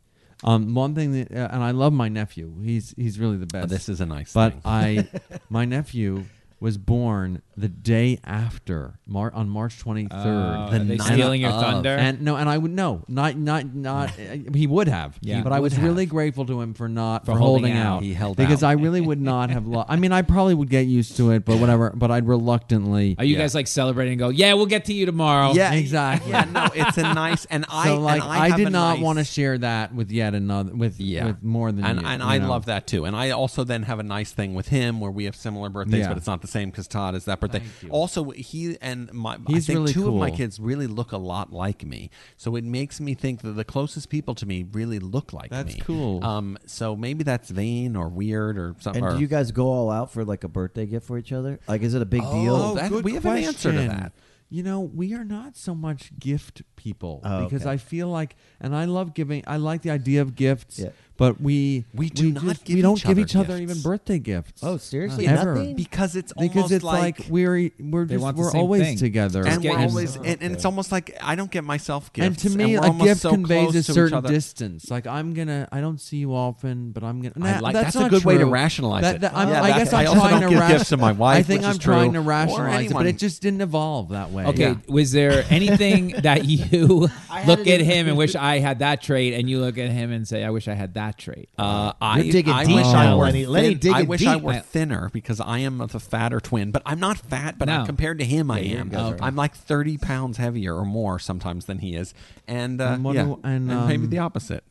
Um, one thing that, uh, and I love my nephew. He's he's really the Oh, best. this is a nice But thing. I, my nephew was born the day after Mar- on March twenty third. Oh, are they night stealing your of. thunder? And no, and I would no, not not not. uh, he would have. Yeah. But I He was would really have. grateful to him for not For for holding, holding out. out. He held because out. I really would not have. Lo- I mean, I probably would get used to it, but whatever. But I'd reluctantly. Are you Yeah. guys like celebrating and go, yeah, we'll get to you tomorrow? Yeah, exactly. Yeah, no, it's a nice and I so and like I, have did a not nice- want to share that with yet another with with more than and you, and you I know. love that too. And I also then have a nice thing with him where we have similar birthdays, Yeah. but it's not the same because Todd is that birthday. Also, he and my He's I think really two of my cool. kids really look a lot like me, so it makes me think that the closest people to me really look like That's me. cool. Um, so maybe that's vain or weird or something. And or, do you guys go all out for like a birthday gift for each other? Like, is it a big Oh, deal? that- we have an answer to that. You know, we are not so much gift people Oh, because okay. I feel like, and I love giving. I like the idea of gifts, Yeah. but we We do not just- give we don't each give other each other gifts. even birthday gifts. Oh, seriously? Ever. Nothing? because it's because almost it's like, we're we're just want the we're same always thing. together, and get we're your- always and, and it's almost like I don't get myself gifts. and to me, we're a almost gift so conveys close a to each certain other. distance. Like I'm gonna, I don't see you often, but I'm gonna. I Nah, like- that's, that's a not good way to true. rationalize That- it. that- I'm- Yeah, I that- guess I I'm also trying don't to give ration- gifts to my wife, I think which I'm is true, trying to or rationalize it, but anyone. it just didn't evolve that way. Okay, was there anything that you look at him and wish I had that trait, and you look at him and say, I wish I had that trait? Uh, I, You're digging I deep wish now, I were Lenny. Lenny, thin- digging I wish I deep. were thinner because I am of a fatter twin, but I'm not fat. But No. I, compared to him, I you am. guys are- I'm like 30 pounds heavier or more sometimes than he is, and, uh, And what yeah, do- and, maybe um, the opposite.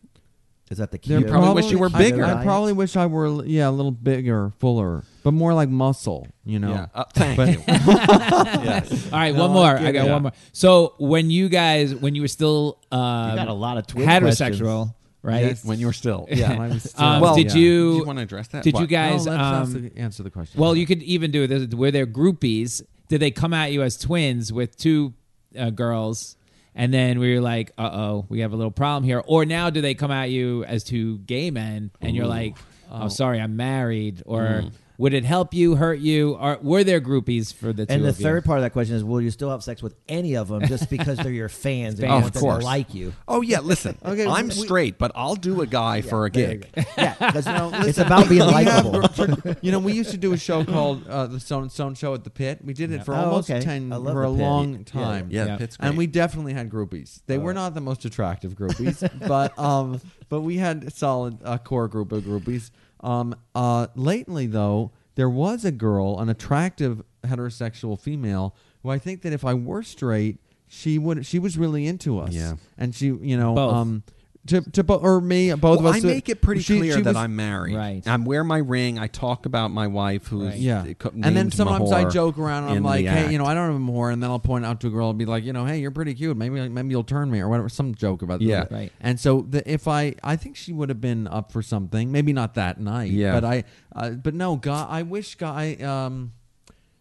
Is that the key? They're You probably wish you were bigger. I, I probably wish I were l- yeah a little bigger, fuller, but more like muscle. You know. Yeah. Uh, thank But- you. yes. All right, one No, more. I get I got it. one more. So when you guys, when you were still um, got a lot of twin heterosexual, right? Yes. When you were still, When I yeah. was still- Um, Well, did yeah. you? Do you want to address that? Did you What? No, guys? let's ask um, the- answer the question? well, you could even do it. Were there groupies? Did they come at you as twins with two uh, girls? And then we were like, uh oh, we have a little problem here. Or now do they come at you as two gay men and you're like, oh, sorry, I'm married? Or would it help you, hurt you? Or were there groupies for the two And the of you? third part of that question is: Will you still have sex with any of them just because they're your fans Fans. and you Oh, want of them course. to like you? Oh yeah, listen. Okay, I'm we- straight, but I'll do a guy for a gig. Yeah, because it's about being We have- likable. for- you know, we used to do a show called uh, the Stone Stone Show at the Pit. We did it for Oh, almost okay. ten I love for the a Pit. long Yeah, yeah. time. Yeah, Yeah. Pitt's great. And we definitely had groupies. They were not the most attractive groupies, but um, but we had a solid uh, core group of groupies. Um, uh, lately though, there was a girl, an attractive heterosexual female, who I think that if I were straight, she would she was really into us. Yeah. and she you know Both. um, to to bo- or me both Well, of I us. uh, make it pretty she- clear she that was- I'm married. Right. I wear my ring. I talk about my wife, who's Right. Yeah, co- and then named sometimes I Mahor joke around. And I'm in the like, hey, you know, act. I don't have a whore, and then I'll point out to a girl and be like, you know, hey, you're pretty cute. Maybe maybe you'll turn me or whatever. Some joke about Yeah. that. Right. And so the, if I, I think she would have been up for something. Maybe not that night. Yeah. But I, uh, but no, God, I wish guy. Um,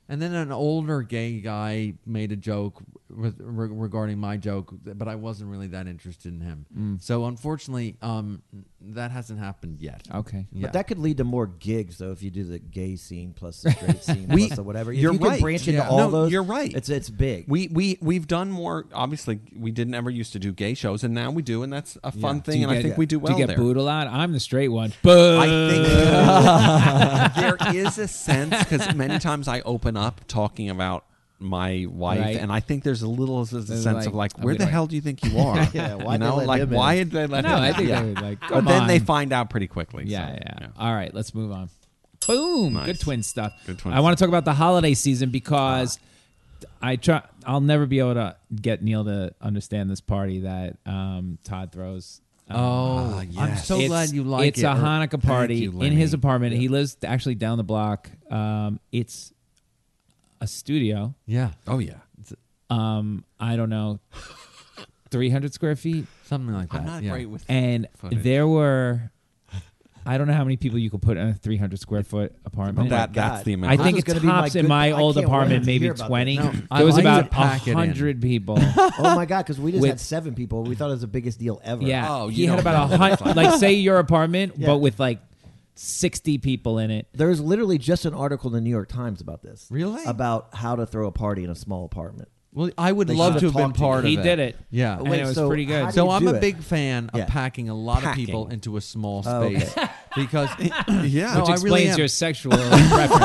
and then an older gay guy made a joke with, re- regarding my joke, but I wasn't really that interested in him. Mm. So unfortunately, um, that hasn't happened yet. Okay. Yeah. But that could lead to more gigs, though, if you do the gay scene plus the straight scene We- plus the whatever. If you're you can right. branch into Yeah. all No, those, you're right. It's it's big. We we we've done more. Obviously, we didn't ever used to do gay shows, and now we do, and that's a fun Yeah. thing. you And I get- think we do well Do you get there. booed a lot? I'm the straight one. Boo. I think there is a sense because many times I open up talking about my wife, Right. and I think there's a little s- a They're sense of like, like, oh, where we the like- hell do you think you are? Yeah, you why'd they know, let like him in? why did they let no, him I in? think Yeah. they would like. But Come then on. they find out pretty quickly. Yeah, so, yeah. yeah. All right, let's move on. Boom. Nice. Good twin stuff. Good twin I want to talk about the holiday season because I try. I'll never be able to get Neil to understand this party that um, Todd throws. Um, Oh, I'm yes. so it's- glad you like it's it. a or- Hanukkah Thank party you, in his Lenny. apartment. He lives actually down the block. Um, it's a studio. Yeah, Oh yeah. Um, I don't know, three hundred square feet. something like that. I'm not yeah. great with and footage. there were I don't know how many people you could put in a 300 square foot apartment. that. That's Oh God. the amount. I This think is it's gonna be my tops in good- my I old can't wait apartment, to maybe hear about 20. this. No, I there was like about to pack it in. 100 people. oh my god, because we just With- had seven people. We thought it was the biggest deal ever. yeah. Oh, you he had don't about know a what it's hundred, like say your apartment, Yeah. but with like 60 people in it. There's literally just an article in the New York Times about this. Really? About how to throw a party in a small apartment. Well, I would They love should've to have been talked to part of He it. did it. Yeah. And Wait, it was so pretty how good. do So you I'm a it? big fan Yeah. of packing a lot Packing. of people into a small Oh, okay. space because Yeah. No, Which I Explains really am. your sexual preference.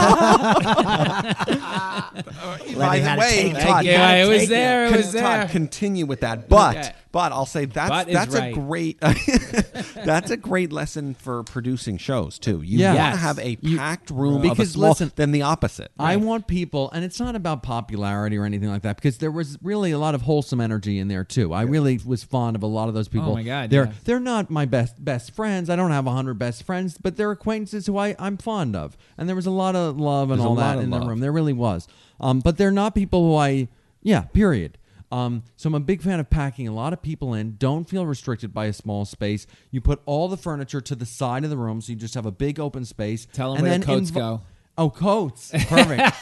Lenny By the had a way, take. Todd, Yeah, it was there. It Con- was there. Todd, continue with that. But Okay. but I'll say that's But is that's right. a great that's a great lesson for producing shows too. You Yeah. want Yes. to have a You- packed room of a Because small, listen- than the opposite. I want people, and it's not about popularity or anything like that, because there was really a lot of wholesome energy in there too. I really was fond of a lot of Oh those people. my God, they're yeah. they're not my best best friends. I don't have hundred best friends, but they're acquaintances who I I'm fond of, and there was a lot of love and There's a all lot that of in the love. room. There really was. Um, but they're not people who I yeah period. Um, so I'm a big fan of packing a lot of people in. Don't feel restricted by a small space. You put all the furniture to the side of the room, so you just have a big open space. Tell 'em and where then coats invi- go. Oh, coats. Perfect.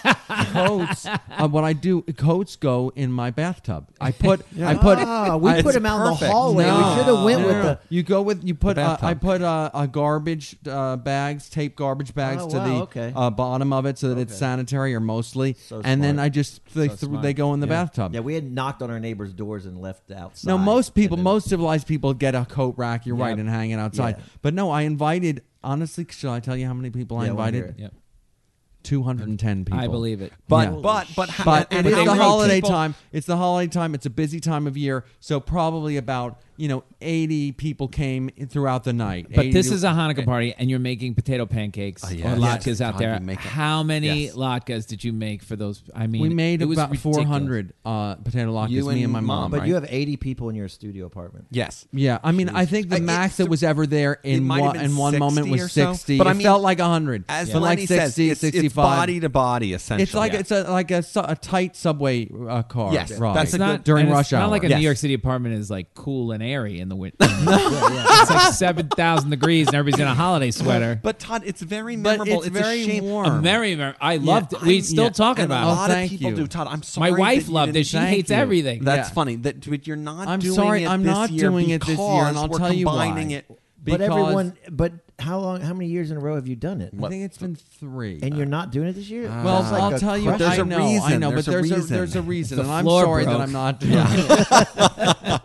coats. Uh, what I do, coats go in my bathtub. I put, I put, Ah, we I- put him out in the perfect. hallway. No. We should have went No, with no, no. the. You go with you put. The Uh, I bathtub. put uh, uh, garbage uh, bags, tape garbage bags Oh, to wow, the okay. uh, bottom of it so that it's sanitary or mostly. So and then smart. I just they, th- they go in the bathtub. Yeah, we had knocked on our neighbors' doors and left outside. No, most people, And then- most civilized people get a coat rack. You're right, Yep. and hang it outside. Yeah. But no, I invited. Honestly, shall I tell you how many people I Yeah, I wanna hear invited? it. Yep. Two hundred and ten people. I believe it. but Yeah. but but ha- but and it is how the many holiday people- time. It's the holiday time. It's a busy time of year. So probably about you know eighty people came throughout the night. But this 80 is a Hanukkah party, and you're making potato pancakes yes. or latkes Yes. out God, there. you make it. How many Yes. latkes did you make for those? I mean, we made it was about ridiculous. four hundred uh, potato latkes. You me and and my mom. mom, But right? you have 80 people in your studio apartment. Yes. yeah, I mean, I think the Uh, max it's- that was ever there it in might have one been in one moment 60 or was so, sixty. but I it mean, felt like hundred. As but like Lenny 60, says, it's, it's 65. body to body essentially. It's like it's a like a, su- a tight subway uh, car. Yes, ride. that's It's a not good- during and it's rush Not hour. like a Yes. New York City apartment is like cool and airy in the winter. It's like seven thousand degrees, and everybody's in a holiday sweater. but Todd, it's very but memorable. it's, a very shame- warm. A merry, merry- I loved it. We're I'm- still yeah. talking And a about it. lot of thank people you. do, Todd. I'm sorry. My that wife you loved didn't it. She Thank hates you. everything. That's Yeah. funny. That but you're not. I'm doing sorry, It I'm this not year doing it this year, and because I'll we're tell you why. combining It. But Because- everyone, but how long, how many years in a row have you done it? I think it's been three. And you're not doing it this year? Ah. well, That's like I'll a tell you. crush. there's I a know, I reason, know, but there's there's a a there's a reason, reason. The and I'm floor sorry broke. that I'm not doing.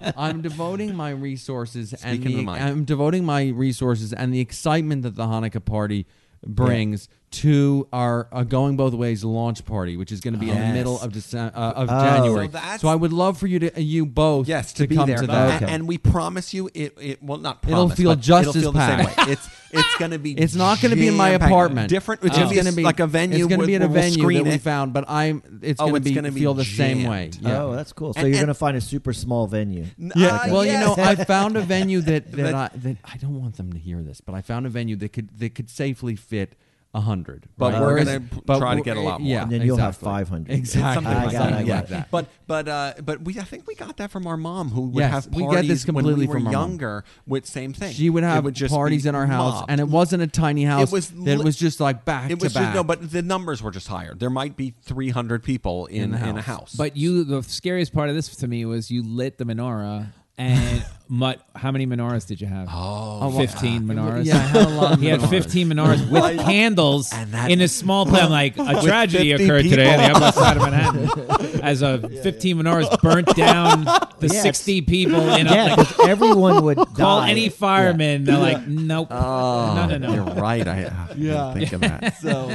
it. I'm devoting my resources and Speaking of the, the mic. I'm devoting my resources and the excitement that the Hanukkah party brings to our uh, going both ways launch party, which is going to be in the Yes. middle of December, uh, of Oh. January. So that's- I would love for you to uh, you both Yes, to, to, be come there. to A- that. And, we promise you, it, it will not. It'll Promise, feel but just it'll as feel the same packed. way. It's It's gonna be. It's not going to be in my jam-packed. apartment. Different. It's gonna, gonna be, like a venue. It's going to where be at a we'll venue screen that we it. found, but I'm. It's Oh, going it's to gonna be be feel the same jammed. way. Yeah. Oh, that's cool. So And- you're and- gonna find a super small venue. Yeah. Yeah, well, you know, I Ah, yes. found a venue that that But- I, that I don't want them to hear this, but I found a venue that could that could safely fit a hundred. But right? we're Whereas- gonna p- but try to we're- get a lot more. Yeah, And then you'll have exactly. 500. Exactly, Something I like got it, that. I yeah. got it. But but uh, but we I think we got that from our mom who would Yes, have we parties get this when we completely were from our mom. younger with same thing. She would It have would just parties be in our house, mobbed. and it wasn't a tiny house. was that it li- was just like back it was to just, back. no, but the numbers were just higher. There might be 300 people in, the in a house. house. But you, the scariest part of this to me was you lit the menorah, and mut, how many menorahs did you have? Oh, 15 uh, menorahs. yeah, I had a lot of He had menorahs. 15 menorahs with candles that- in a small place. I'm like, a tragedy 50 occurred today on the people. upper side of Manhattan as a 15 menorahs burnt down the Yes. 60 people in a Yeah, like, 'cause everyone would call die. any fireman. They're like, nope, no, no, no. Oh, Uh, You're right. I, I didn't think of that. so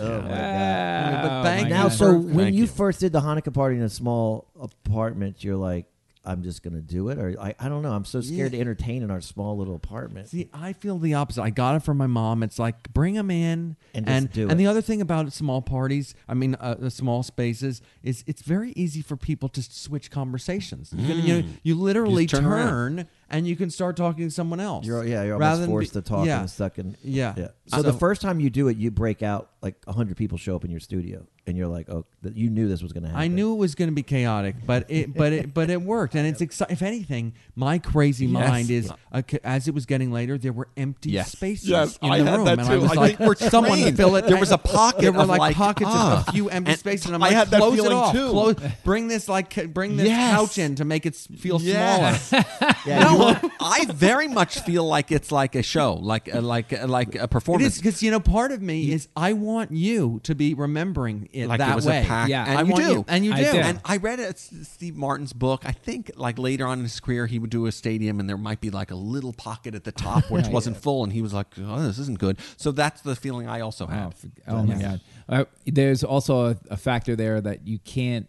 Oh my god. Wow, But thank my you Now, God. so when Thank you, you. first did the Hanukkah party in a small apartment, you're like, I'm just gonna do it, or I, I don't know. I'm so scared to entertain in our small little apartment. See, I feel the opposite. I got it from my mom. It's like bring them in, And just and do and it. the other thing about small parties, I mean, uh, uh, small spaces, is it's very easy for people to switch conversations. You, can, Mm. you, you literally Just turn around. turn, and you can start talking to someone else. You're yeah, you're rather almost than forced be- to talk yeah. in a second. Yeah. So, the first time you do it, you break out like hundred people show up in your studio, and you're like, oh, th- you knew this was gonna happen. I knew it was going to be chaotic, but it but it but it worked, and it's exciting. If anything, my crazy mind is uh, c- as it was getting later, there were empty Yes. spaces Yes, in I the had room, that and I too. was I like, think we're someone trained. fill it. There was a There pocket were of like, like, pockets ah. of a few empty And spaces, and I'm I like, had that close it feeling off. too. Close, bring this like c- bring this Yes. couch in to make it s- feel Yes. smaller. Yeah, you were- I very much feel like it's like a show, like a, like a, like a It performance. is because you know part of me is I want you to be remembering it like that it was way. a pack. Yeah. and I you want do. you- and you I do. do. And I read a, S- Steve Martin's book. I think like later on in his career, he would do a stadium, and there might be like a little pocket at the top which wasn't full, and he was like, "Oh, this isn't good." So that's the feeling I also Oh, have. for- oh my god! Uh, there's also a, a factor there that you can't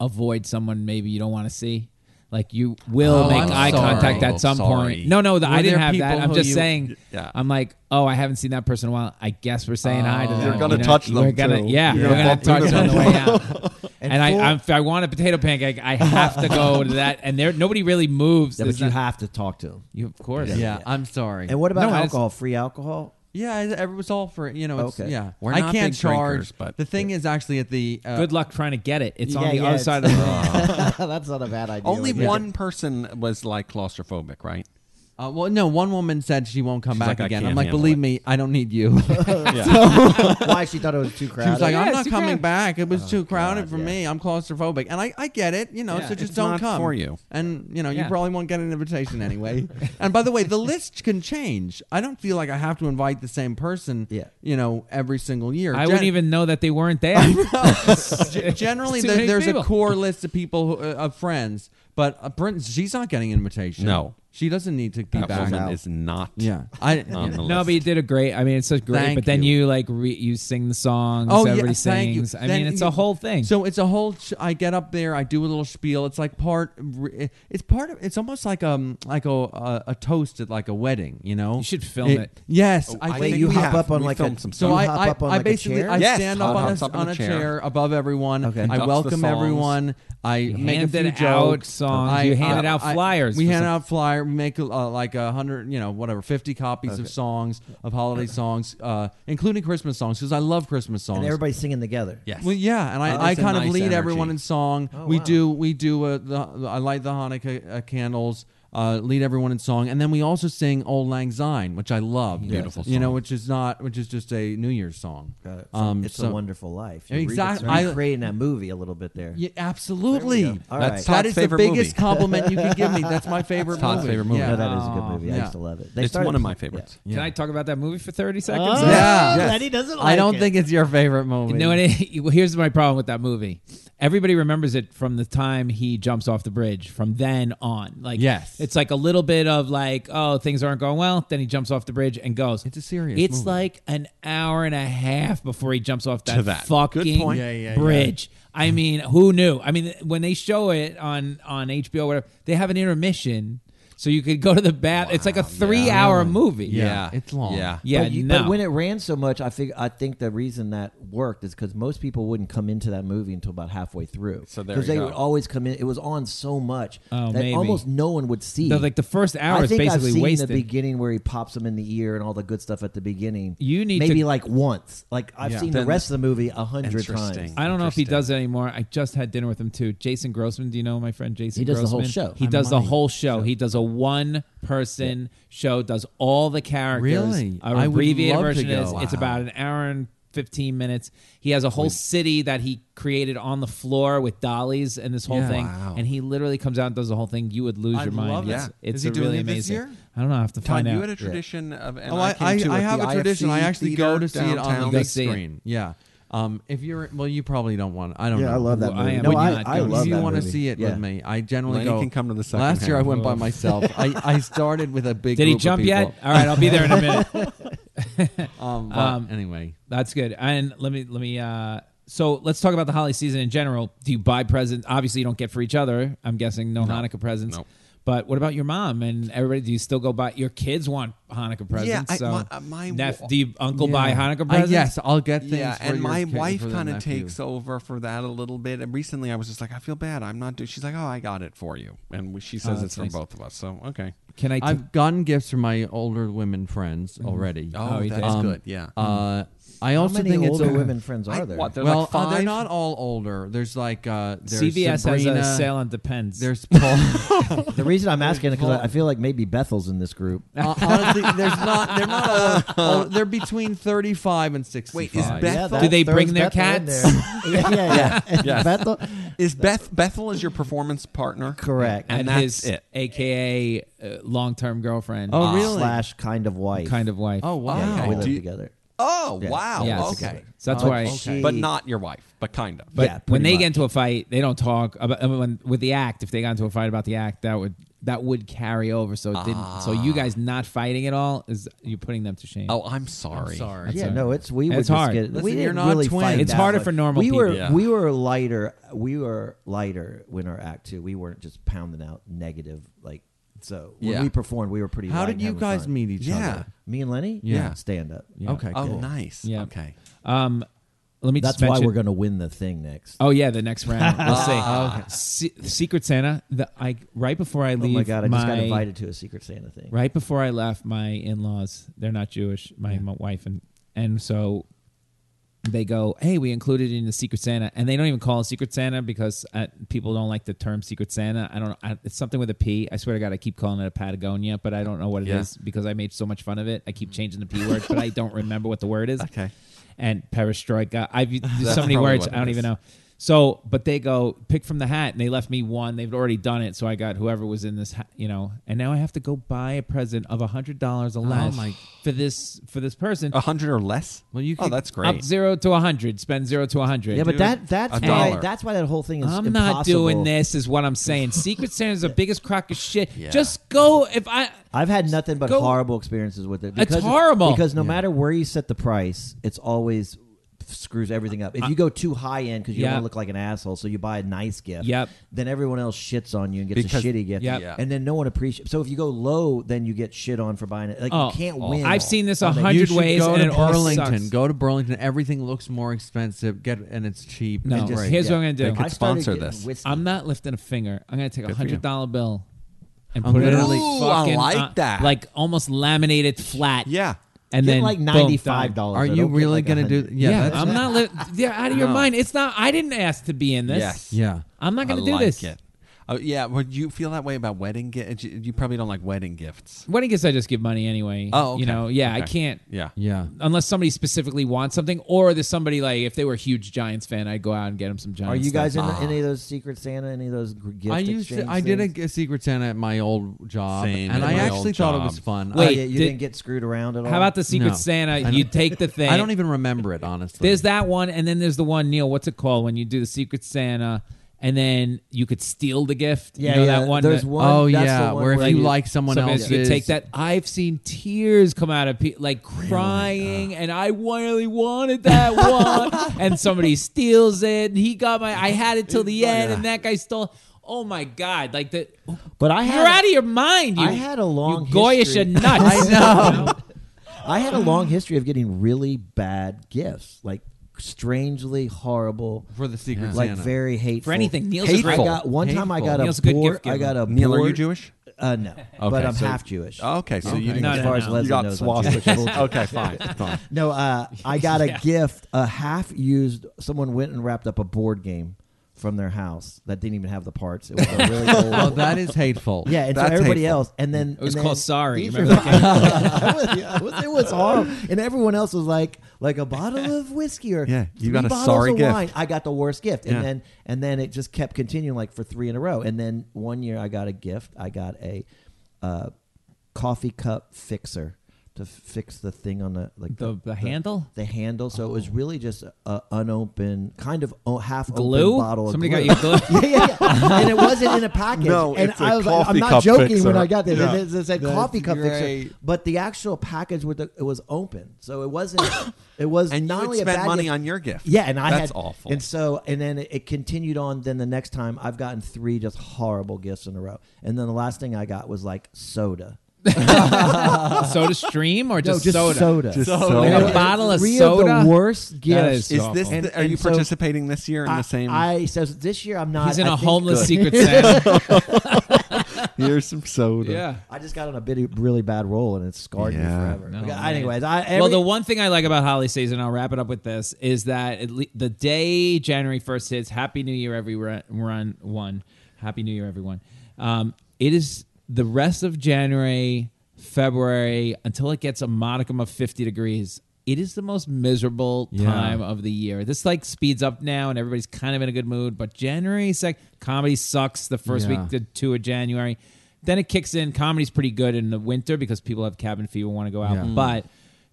avoid someone maybe you don't want to see. Like you will Oh, make I'm eye sorry. contact Oh, at some sorry. point. No, no, the, Were I there didn't have that. people I'm who just you- saying. Yeah. I'm like, oh, I haven't seen that person in a while. I guess we're saying hi to them. You're gonna you know? touch them, We're gonna, too. yeah, You're we're gonna gonna bump touch into them on the them. way out. and And I, full- I'm, if I want a potato pancake, I have to go to that. And there, nobody really moves. Yeah, but There's you not- have to talk to them. you of course, yeah, I'm sorry. And what about No, I- alcohol? Free alcohol? Yeah, it, it was all for you know. It's, Okay. Yeah, We're I not can't big charge. drinkers, but- the thing is, actually, at the uh, Good luck trying to get it. It's Yeah, on the yeah, other it's- side of the room. That's not a bad idea. Only Yeah. one person was like claustrophobic, right? Uh, well, no, one woman said she won't come She's back like, "I again. can't I'm like, handle believe it." me, I don't need you. she Why she thought it was too crowded? was like, Yeah, I'm it's not too coming crowded. back. It was Oh, too crowded for yeah. me. I'm claustrophobic, and I, I get it, you know. Yeah, so just it's don't not come for you. And you know, you Yeah. probably won't get an invitation anyway. and by the way, the list can change. I don't feel like I have to invite the same person. Yeah. you know, every single year. I wouldn't Gen- even know that they weren't there. G- generally Too there- many there's people. a core list of people who, uh, of friends but uh, Brit- she's not getting an invitation No. she doesn't need to be That back woman is not. yeah i On the No, but you did a great. I mean, it's such great. Thank but then you. you, like re, you sing the songs. Oh, yeah, everybody thank you. sings. I Then mean, it's you- a whole thing. So it's a whole. Sh- I get up there, I do a little spiel. It's like part. It's part of. It's almost like um like a a, a toast at like a wedding. You know. You should film it. Yes, Oh, I I think Wait, think you we hop have. up on We like a filmed some So you stuff. I, hop I, up on I like basically a chair? I Yes, stand hop up on, up a, on on a a chair. chair above everyone. Okay. I Conducts the welcome songs. everyone. I make a few handed out jokes. songs. I, You handed uh, out I- flyers we for hand some- out flyer. We make uh, like a hundred, you know, whatever, fifty copies of songs of holiday songs, uh, including Christmas songs, because I love Christmas songs. and everybody's singing together. Yes. Well, yeah, and Uh, I, I it's a kind of nice lead energy. everyone in song. Oh, we wow. do we do uh, the I light the Hanukkah uh, candles. Uh, lead everyone in song, and then we also sing "Old Lang Syne," which I love. Beautiful you know, song. which is not, which is just a New Year's song. Got it. Um, it's so- a wonderful life. Exactly. You're I- creating that movie a little bit there. Yeah, absolutely. There we go. All That's Todd's right. That is the favorite biggest movie. compliment you can give me. That's my favorite Todd's movie. favorite movie. Yeah. No, that is a good movie. I Yeah. used to love it. They It's started- one of my yeah. favorites. Can I talk about that movie for thirty seconds? Oh, Yeah. Yes. Lenny doesn't like I don't it. think it's your favorite movie. No, it, well, here's my problem with that movie. Everybody remembers it from the time he jumps off the bridge. From then on, like Yes. it's like a little bit of like, oh, things aren't going well. Then he jumps off the bridge and goes. It's a serious It's movie. like an hour and a half before he jumps off that, To that. fucking Good point. Yeah, yeah, yeah. bridge. I mean, who knew? I mean, when they show it on on HBO, whatever, they have an intermission. so you could go to the bath. It's like a three-hour movie. Yeah, it's long. Yeah. yeah. but, you- no. but when it ran so much, I think I think the reason that worked is because most people wouldn't come into that movie until about halfway through. So there because you they go. would always come in. It was on so much Oh, that maybe. almost no one would see. No, like, the first hour I is think basically I've seen wasted. the beginning where he pops him in the ear and all the good stuff at the beginning. You need maybe to- like once. Like I've Yeah. seen Then- the rest of the movie a hundred Interesting. times. I don't know if he Interesting. does it anymore. I just had dinner with him too. Jason Grossman, do you know my friend Jason? He does the whole Grossman? show. He I'm does the money. whole show. He does a one-person show. Does all the characters. Really? An I would abbreviated love to version go. is it's Wow. about an hour and fifteen minutes. He has a whole city that he created on the floor with dollies and this whole Yeah. thing. Wow. and he literally comes out and does the whole thing. You would lose I your mind. love it. It's- Yeah. It's Is he a doing really it this amazing. year? I don't know. I have to Todd, find you out. had a tradition of, and Oh, I, I, came I, to I at have the a tradition. I IFC actually theater go to see it on downtown. the Go big see it. screen. Yeah. Um, if you're well, you probably don't want. I don't. Yeah, know. I love that Well, I movie. am no, with I, you. I Don't love you that want to movie. see it Yeah. with me? I generally Lenny go. can come to the second Last year I half. went by myself. I, I started with a big. Did he group of jump yet? people. All right, I'll be there in a minute. Um, but Um, anyway, That's good. And let me let me uh so let's talk about the holiday season in general. Do you buy presents? Obviously you don't get for each other. I'm guessing no, Hanukkah presents. No. But what about your mom and everybody? Do you still go buy your kids want Hanukkah presents? I- so my- uh, my wa- Neph- do you uncle buy Yeah. Hanukkah Uh, presents? yes, I'll get things. Yeah, for and your my kid- wife for the kind of nephew. takes over for that a little bit. And recently, I was just like, I feel bad. I'm not doing. She's like, Oh, I got it for you, and we- she says that's it's from nice. both of us. So okay. Can I? T- I've gotten gifts from my older women friends already. Um, Oh, you that's did. good. Yeah. Uh, I How also many think it's older a- women friends are there? what, there's well, like uh, they're five? not all older. There's like uh, there's CVS Sabrina, has a sale on Depends. There's Paul. the reason I'm asking is because I, I feel like maybe Bethel's in this group. Uh, honestly, there's not. They're not. A, oh, they're between thirty-five and sixty-five. Wait, is Beth- Yeah, Bethel- that Do they throws bring their Bethel in cats? there. yeah, yeah, yeah. Yes. Bethel, Is Beth Bethel is your performance partner? correct. And and that's his it. AKA uh, long-term girlfriend. Oh, really? slash kind of wife. Kind of wife. Oh wow. Yeah, Okay. we Do live you- together. Oh Yeah. wow. Yes. Okay. So that's Oh, why okay. But not your wife, but kind of. But Yeah, when pretty they much. get into a fight, they don't talk about I mean, when, with the act. If they got into a fight about the act, that would that would carry over. So it didn't. So Ah. you guys not fighting at all is you putting them to shame. oh, I'm sorry. Sorry. Yeah, all right. no, it's we would It's just hard. get. Listen, we you're didn't not really twins. fight It's that harder much. for normal we Were, people. Yeah. We were lighter. We were lighter when our act two. We weren't just pounding out negative like. So when Yeah. we performed, we were pretty. How light did and you having guys fun. meet each Yeah. other? Me and Lenny. Yeah. stand up. Okay. Oh, cool. nice. Yeah. Okay. Um, let me. That's just mention, why we're gonna win the thing next. Oh yeah, the next round. We'll see. Se- Secret Santa. The, I right before I Ah. Oh leave. my god! I just got my- invited to a Secret Santa thing. Right before I left, my in-laws. They're not Jewish. My, my wife and and so they go, "Hey, we included it in the Secret Santa," and they don't even call it Secret Santa because uh, people don't like the term Secret Santa. I don't know. I, it's something with a P. I swear to God, I keep calling it a Patagonia, but I don't know what it is Yeah. Mm. because I made so much fun of it. I keep changing the P word, but I don't remember what the word is. Okay. And perestroika. I've used That's so many probably words. what I don't it even is. know. So, but they go pick from the hat, and they left me one. They've already done it, so I got whoever was in this, ha- you know. And now I have to go buy a present of a hundred dollars or less my- for this for this person. A hundred or less? Well, you Oh, could- that's Up Oh, great. zero to a hundred, spend zero to a hundred. Yeah, Dude, but that a that's why dollar. that's why that whole thing is. I'm impossible. not doing this, is what I'm saying. Secret Santa is the biggest crock of shit. Yeah. Just go if I. I've had nothing but Go- horrible experiences with it. It's horrible. because no matter where you set the price, it's always screws everything up. If you go too high end because you Yeah. don't want to look like an asshole, so you buy a nice gift. Yep. Then everyone else shits on you and gets Because- a shitty gift. Yep. Yeah. And then no one appreciates. So if you go low, then you get shit on for buying it. Like Oh, you can't oh. win. I've seen this a on that. hundred- You should ways go and to it all Burlington. sucks. Go to Burlington. Everything looks more expensive. Get and it's cheap. No, It's great. here's yeah. what I'm gonna do. They could I started sponsor getting this. whiskey. I'm not lifting a finger. I'm gonna take a Good for you. hundred dollar bill and I'm put it on literally- the Ooh, I fucking, like uh, that. like almost laminated flat. Yeah. and Get then like boom, ninety five done. dollars. Are you really going to gonna do? Yeah, Yeah, that's- I'm not. Li- they're out of your No. mind. It's not. I didn't ask to be in this. Yes. Yeah. I'm not gonna I do like this. It. Oh, yeah. Would you feel that way about wedding gifts? You probably don't like wedding gifts. Wedding gifts, I just give money anyway. Oh, okay. Mm, you know, yeah, I Okay. can't. Yeah. Yeah. Unless somebody specifically wants something, or there's somebody like if they were a huge Giants fan, I'd go out and get them some Giants. Are you guys in stuff. the, any of those Secret Santa? Any of those gr- gift I used. To, exchange I did things? a, a Secret Santa at my old job, Same and at I my actually old thought it job. was fun. Oh, Wait, I- yeah, you did- didn't get screwed around at all. How about the Secret No. I Santa? don't- You take the thing. I don't even remember it honestly. There's that one, and then there's the one, Neil. What's it called when you do the Secret Santa, and then you could steal the gift? you know that one. There's that- one. Oh that's the yeah, one where if you like Some someone else else, could take that. I've seen tears come out of people, like crying, Ah. and I really wanted that one. and somebody steals it, and he got my. I had it till the end, and that guy stole. oh my god, like the But I you're had- out of your mind. You, I had a long you goyish history. and nuts. I know. You I had a long history of getting really bad gifts, like strangely horrible For the Secret like Santa. very hateful For anything, Neil's a hateful. great- I got one time I Hateful. got a Neil's a good board- gift I giver. got a Neil, are you board- Jewish? Uh, no, but Okay, I'm so- half Jewish. Okay, so you didn't Oh, No, as no, far no. as You Leslie you got knows, I'm Jewish. swastika. okay, fine, fine. No, uh, I got a Yeah. gift, a half used. Someone went and wrapped up a board game from their house that didn't even have the parts. It was a really old. Oh, that is hateful. yeah, and so That's everybody hateful. else, and then It was and then called Sorry, these remember were- Yeah, it, was, it was horrible, and everyone else was like, like a bottle of whiskey or Yeah, you three got a bottles sorry of gift. wine. I got the worst gift, and Yeah. then and then it just kept continuing like for three in a row, and then one year I got a gift. I got a uh, coffee cup fixer to f- fix the thing on the like The- the handle? the handle. So it was really just a unopened, kind of o- half Glue? open bottle. Somebody of got glue. you glue? yeah, yeah, yeah. And it wasn't in a package. No, and it's a I was like, I'm coffee not cup joking fixer. when I got this. Yeah. And it said That's coffee cup great. fixer, but the actual package with the, it was open, so it wasn't. it was And not you only would a spend bad money gift- on your gift. Yeah, and I That's had, awful. And so, and then it, it continued on. Then the next time, I've gotten three just horrible gifts in a row. And then the last thing I got was like soda. soda stream or No, just, just soda. Just And soda. it Like a was bottle of three soda? the worst Is gifts. this? awful. the- are you And- and so participating this year in the same? I, I so this year I'm not. He's in a a homeless secret Santa. Here's some soda. yeah. I just got on a bitty, really bad roll and it scarred Yeah. me forever. No, Okay, man. anyways, I every, well, the one thing I like about holiday season, I'll wrap it up with this, is that at le- the day January 1st hits, Happy New Year, every run, run one. Happy New Year, everyone. Um, it is the rest of January, February, until it gets a modicum of 50 degrees. It is the most miserable Yeah. time of the year. This like speeds up now, and everybody's kind of in a good mood. But January second, comedy sucks. The first Yeah. week to two of January, then it kicks in. Comedy's pretty good in the winter because people have cabin fever, want to go out, Yeah. but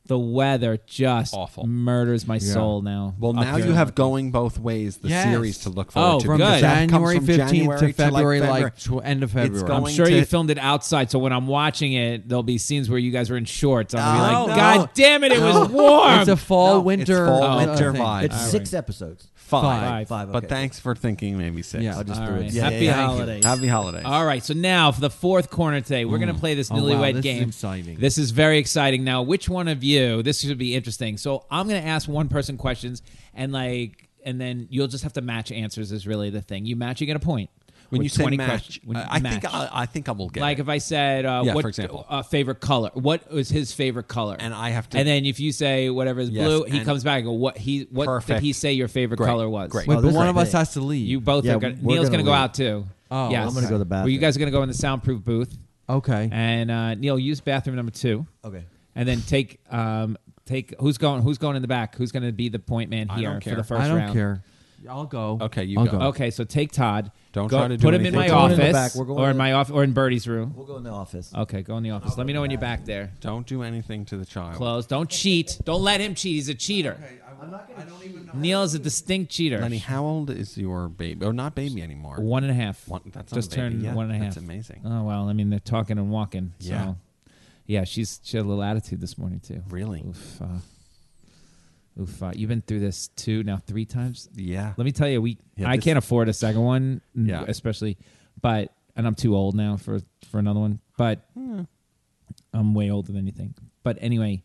the weather just Awful. murders my Yeah. soul now. Well, now you have going both ways. The Yes. series to look forward Oh, to from because good. that comes January from 15th to January February, like, like, tw- end of February. It's I'm going I'm sure to, you filmed it outside, so when I'm watching it, there'll be scenes where you guys are in shorts. I'll be Oh, like, no. God damn it, it was warm. It's a fall No, it's winter fall, uh, winter thing. vibe. it's All six episodes. five. Five. Five, But okay. thanks for thinking. Maybe six. Yeah. I just All threw right. it. Yeah, Happy yeah, thank you. holidays. Happy holidays. All right, so now for the fourth corner today, we're Mm. going to play this Oh, wow, newlywed this is game. exciting. This is very exciting. Now, which one of you? This should be interesting. So, I'm going to ask one person questions, and like, and then you'll just have to match answers. Is really the thing. You match, you get a point. When With you say 20 match, questions- when you I think match. I, I think I will get like it. if I said, uh, Yeah, what for example. uh, favorite color? What was his favorite color? And I have to- And then if you say whatever is Yes, blue, he and- comes back and go, what he what Perfect. did he say your favorite Great, color was? great. Wait, Oh, but this one is of us big. has to leave. You both Yeah, are going. we're Neil's gonna going to go leave. out too. Oh, yes. I'm gonna go to the Well, you bathroom. guys are going to go in the soundproof booth, okay. and uh, Neil use bathroom number two, Okay. and then take um take who's going who's going in the back? Who's going to be the point man I here don't for care. the first I don't round? care. I'll go. Okay, you I'll go. Okay, so take Todd. Don't Go- try to do put him in anything. my We're office going in the back. We're going or in in- my office or in Birdie's room. We'll go in the office. Uh, Okay, go in the office. Let me know when you're back there. Don't do anything to the child. Close. Don't cheat. Don't let him cheat. He's a cheater. Neil is a distinct cheater. Lenny, how old is your baby? Oh, not baby anymore. One and a half. One- that's not just a baby turned yet. one and a half. That's amazing. Oh well, I mean they're talking and walking. So. Yeah. Yeah, She's she had a little attitude this morning too. Really? Oof. Uh, oof. Uh, you've been through this two now three times. Yeah. Let me tell you, we Yeah, I this- can't afford a second one. n- Yeah. Especially, but and I'm too old now for for another one. But Hmm. I'm way older than you think. But anyway.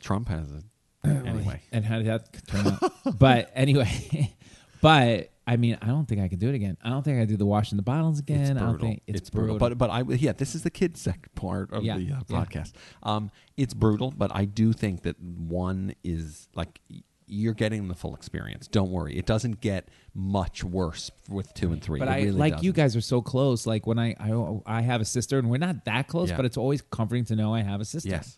Trump has it. Anyway. and how did that turn out? but anyway, but I mean, I don't think I could do it again. I don't think I do the washing the bottles again. It's I brutal. don't think it's, brutal. But but I yeah, this is the kids sec part of Yeah, the uh, yeah. podcast. Um, it's brutal, but I do think that one is like y- you're getting the full experience. Don't worry, it doesn't get much worse with two and three. But It I really like you doesn't. guys are so close. Like when I I, I have a sister and we're not that close, Yeah. but it's always comforting to know I have a sister. Yes.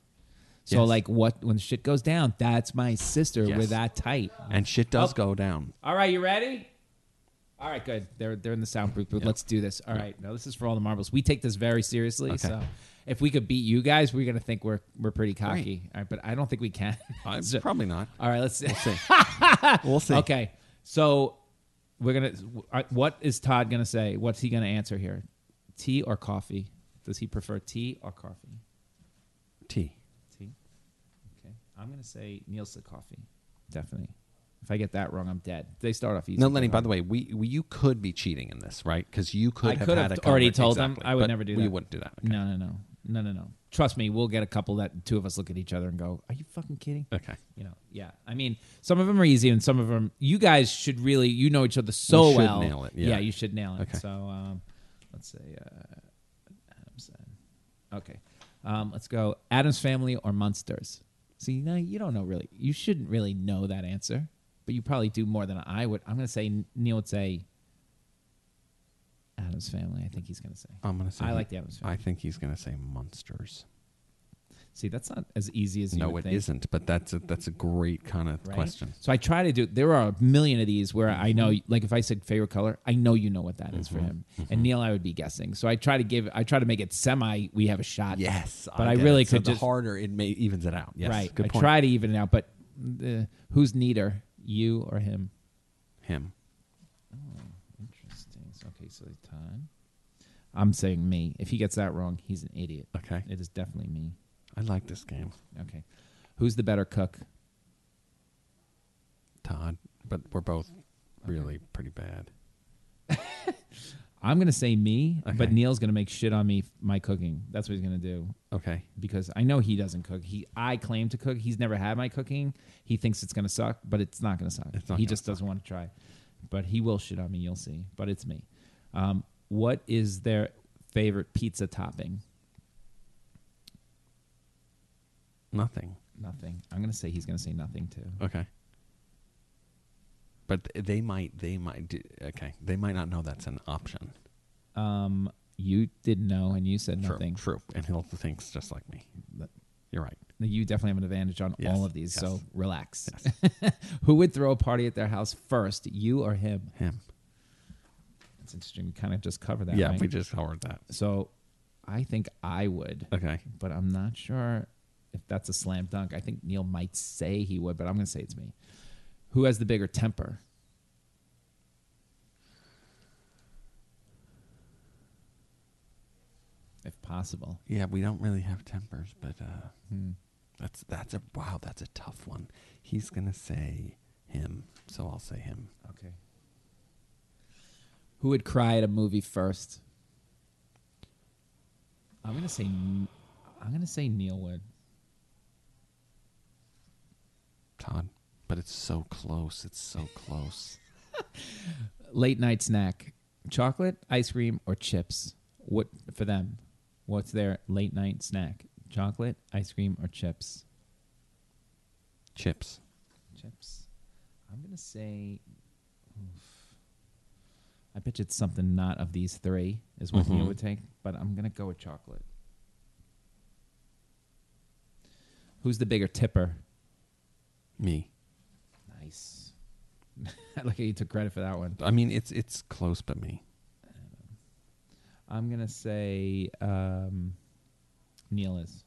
So Yes. like what when shit goes down, that's my sister. Yes. We're that tight. And shit Oh. does go down. All right, you ready? All right, good. They're they're in the soundproof booth. Let's do this. All right, Now this is for all the marbles. We take this very seriously. Okay. So if we could beat you guys, we're gonna think we're we're pretty cocky. All right, but I don't think we can. I, So- probably not. All right, let's see. We'll see. we'll see. okay, so we're gonna. uh, What is Todd gonna say? What's he gonna answer here? Tea or coffee? Does he prefer tea or coffee? T. Tea. Okay, I'm gonna say Neil's the coffee, definitely. If I get that wrong, I'm dead. They start off easy. No, Lenny. By the way, we, we you could be cheating in this, right? Because you could I have could had have a already conver- told them. Exactly. I would But never do that. We wouldn't do that. Okay. No, no, no, no, no, no. Trust me, we'll get a couple that two of us look at each other and go, "Are you fucking kidding?" Okay. You know, yeah. I mean, some of them are easy, and some of them you guys should really you know each other so We should well. nail it, yeah. you should nail it. Okay. So um, let's see. Uh, Adam's and- okay. Um, let's go. Adam's family or Munsters. See, now you don't know really. You shouldn't really know that answer, but you probably do more than I would. I'm gonna say Neil would say Adam's family. I think he's gonna say. I'm gonna say I he- like the Adam's family. I think he's gonna say monsters. See, that's not as easy as you No, would it think. not But that's a, that's a great kind of right? question. Mm-hmm. So I try to do. There are a million of these where I know, like, if I said favorite color, I know you know what that is for him. And Neil, I would be guessing. So I try to give. I try to make it semi. We have a shot. Yes, but I, get really it. So could the just harder it may evens it out. Yes, right. Good I point. try to even it out, but uh, who's neater, you or him? him. Interesting. So, Okay, so time. I'm saying me. If he gets that wrong, he's an idiot. Okay. It is definitely me. I like this game, Okay. Who's the better cook? Todd. But we're both really pretty bad. I'm gonna say me, but Okay. Neil's gonna make shit on me f- my cooking. That's what he's gonna do Okay. because I know he doesn't cook. He I claim to cook. He's never had my cooking. He thinks it's gonna suck, but it's not gonna suck. It's not he gonna just doesn't want to try. But he will shit on me. You'll see. But it's me. Um, what is their favorite pizza topping? Nothing. Nothing. I'm gonna say he's gonna say nothing too. Okay. But th- they might. They might. Do, okay. They might not know that's an option. Um, you didn't know, and you said True. nothing. True. And he'll thinks just like me. You're right. You definitely have an advantage on Yes, all of these. yes. So relax. Who would throw a party at their house first, you or him? Him. It's interesting. We kind of just cover that. yeah. right? We just covered that. So I think I would, Okay. but I'm not sure if that's a slam dunk. I think Neil might say he would, but I'm going to say it's me. Who has the bigger temper? If possible. Yeah. We don't really have tempers, but uh, that's that's a wow. That's a tough one. He's gonna say him. So I'll say him. Okay. Who would cry at a movie first? I'm gonna say I'm gonna say Neil would. Todd. But it's so close. It's so close. Late night snack: chocolate, ice cream, or chips. What for them? What's their late night snack? Chocolate, ice cream, or chips? Chips. Chips. I'm gonna say. oof. I bet you it's something not of these three is what Neil would take, but I'm gonna go with chocolate. Who's the bigger tipper? Me. Nice. I like how you took credit for that one. I mean, it's it's close, but me. I'm gonna say um, Neil is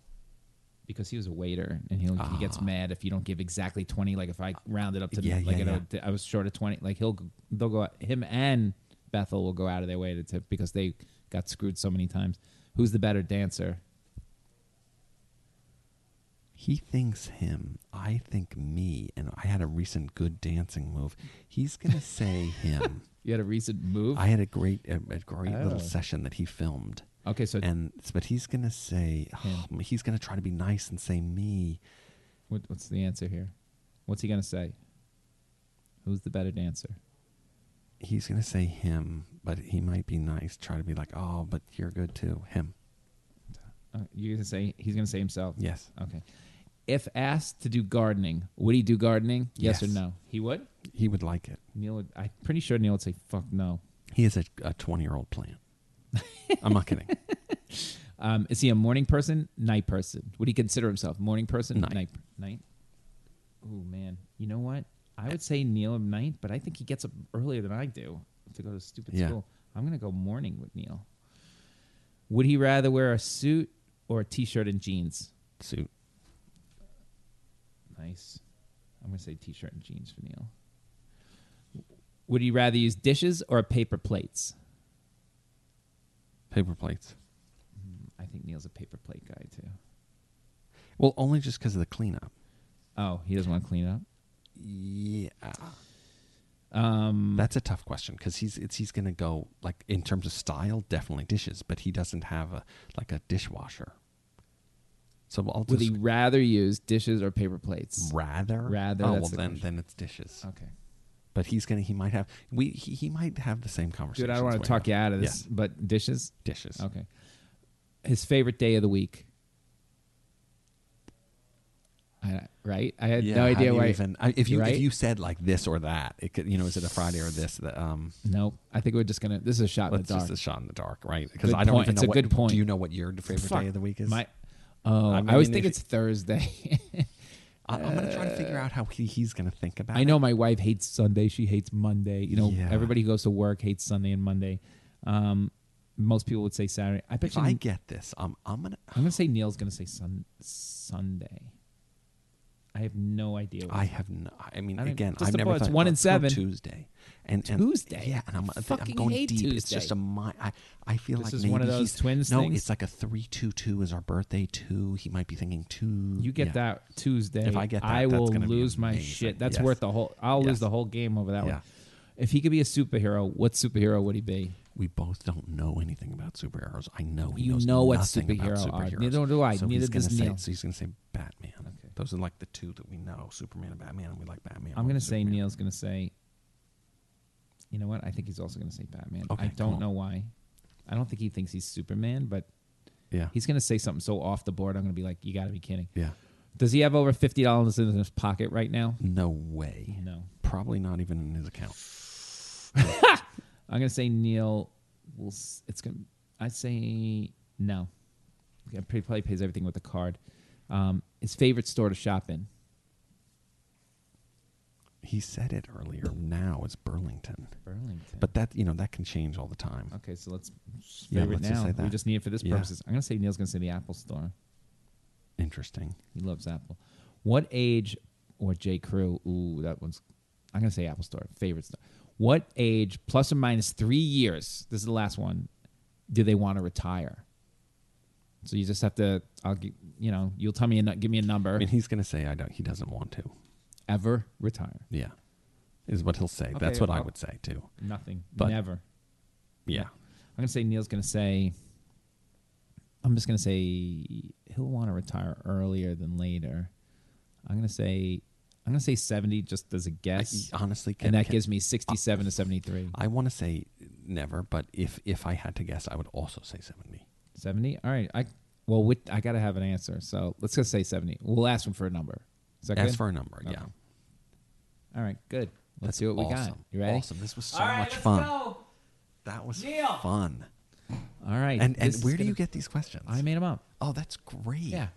because he was a waiter and he'll, he gets mad if you don't give exactly 20. Like if I round it up to Ah. Yeah, like yeah, you know, yeah. th- I was short of 20. Like he'll g- they'll go out, him and Bethel will go out of their way to tip because they got screwed so many times. Who's the better dancer? He thinks him. I think me. And I had a recent good dancing move. He's gonna say him. You had a recent move. I had a great a, a great Oh. little session that he filmed. okay, so And but he's gonna say "Oh, he's gonna try to be nice and say me. what, what's the answer here? What's he gonna say? Who's the better dancer? He's gonna say him, but he might be nice. Try to be like, oh, but you're good too. Him. Uh, you're gonna say he's gonna say himself. Yes. Okay. If asked to do gardening, would he do gardening? Yes, or Yes. no? He would. He would like it. Neil, would, I'm pretty sure Neil would say, "Fuck no." He is a a twenty year old plant. I'm not kidding. Um, is he a morning person, night person? Would he consider himself morning person, Night. night, night? Oh man, you know what? I would say Neil at night, but I think he gets up earlier than I do to go to stupid Yeah. school. I'm gonna go morning with Neil. Would he rather wear a suit or a t-shirt and jeans? Suit. Nice. I'm gonna say t-shirt and jeans for Neil. Would he rather use dishes or paper plates? Paper plates. I think Neil's a paper plate guy too. Well, only just because of the cleanup. Oh, he doesn't want to clean up. Yeah. Um, That's a tough question because he's it's, he's going to go like in terms of style, definitely dishes, but he doesn't have a like a dishwasher. So I'll would just he rather use dishes or paper plates? rather rather, Oh that's well, the then question. then it's dishes. Okay. But he's gonna he might have we he, he might have the same conversation. Dude, I don't want to talk you out of this, but dishes? Dishes. Okay. His favorite day of the week. I, right? I had Yeah, no how idea do you why. even- I- if you Right? if you said like this or that, it could you know is it a Friday or this? The, um, no, I think we're just going to. This is a shot in the let's dark. just a shot in the dark, right? Because Good I don't point. even know It's a what, good point. Do you know what your favorite Fuck. day of the week is? My, oh, I, I always mean, think if- it's Thursday. I, I'm gonna try to figure out how he, he's gonna think about. uh, I it. know my wife hates Sunday. She hates Monday. You know, Yeah. everybody who goes to work hates Sunday and Monday. Um, most people would say Saturday. I bet If you. I get this, um, I'm gonna. I'm gonna say Neil's gonna say sun, Sunday. I have no idea. What I have. No, I mean, I don't- again, just I've the never. boy, it's thought- one in let's go seven. Tuesday, and, and Tuesday? Yeah, and I'm, I I think I'm fucking going hate deep. It's just Tuesday. a my. I, I feel This like is maybe one of those he's, twins No, things? it's like a three two two is our birthday two. He might be thinking two. you get yeah. that Tuesday. If I get that, I that's will gonna be lose my amazing. shit. That's Yes. worth the whole. I'll lose Yes. the whole game over that Yeah. one. If he could be a superhero, what superhero would he be? We both don't know anything about superheroes. I know he You knows know what nothing about superhero are. superheroes. Neither do I. So Neither he's gonna does say, Neil. So he's going to say Batman. Those are like the two that we know: Superman and Batman, and we like Batman. I'm more gonna than say Superman. Neil's gonna say. You know what? I think he's also gonna say Batman. Okay, I come don't on. know why. I don't think he thinks he's Superman, but Yeah, he's gonna say something so off the board. I'm gonna be like, you gotta be kidding. yeah. Does he have over fifty dollars in his pocket right now? No way. No. Probably not even in his account. I'm gonna say Neil. Will s- it's gonna? I say no. Yeah, he probably pays everything with a card. Um, his favorite store to shop in. He said it earlier. Now it's Burlington, Burlington. but that you know that can change all the time. okay, so let's s- Yeah, favorite let's just now. say we that. just need it for this Yeah. purposes. I'm gonna say Neil's gonna say the Apple store. Interesting. He loves Apple. What age or J Crew? Ooh, that one's. I'm gonna say Apple store favorite store. What age plus or minus three years? This is the last one. Do they want to retire? So you just have to. I'll gi- you know you'll tell me a nu- give me a number. I mean, he's going to say I don't. He doesn't want to. ever retire? Yeah, is what he'll say. That's Okay, what I well- would say too. Nothing. But- Never. Yeah. I'm gonna say Neil's gonna say. I'm just gonna say he'll want to retire earlier than later. I'm gonna say. I'm gonna say 70 just as a guess. I- honestly, and can- that can- gives me 67 to 73. I want to say never, but if if I had to guess, I would also say seventy. 70. All right. I well, with, I gotta have an answer. So let's just say 70. We'll ask him for a number. Is that Ask good? for a number. Okay. Yeah. All right. Good. Let's That's see what we got. awesome. You ready? Awesome. This was so much fun. That was fun. All right. And and this is where do gonna- you get these questions? I made them up. oh, that's great. Yeah.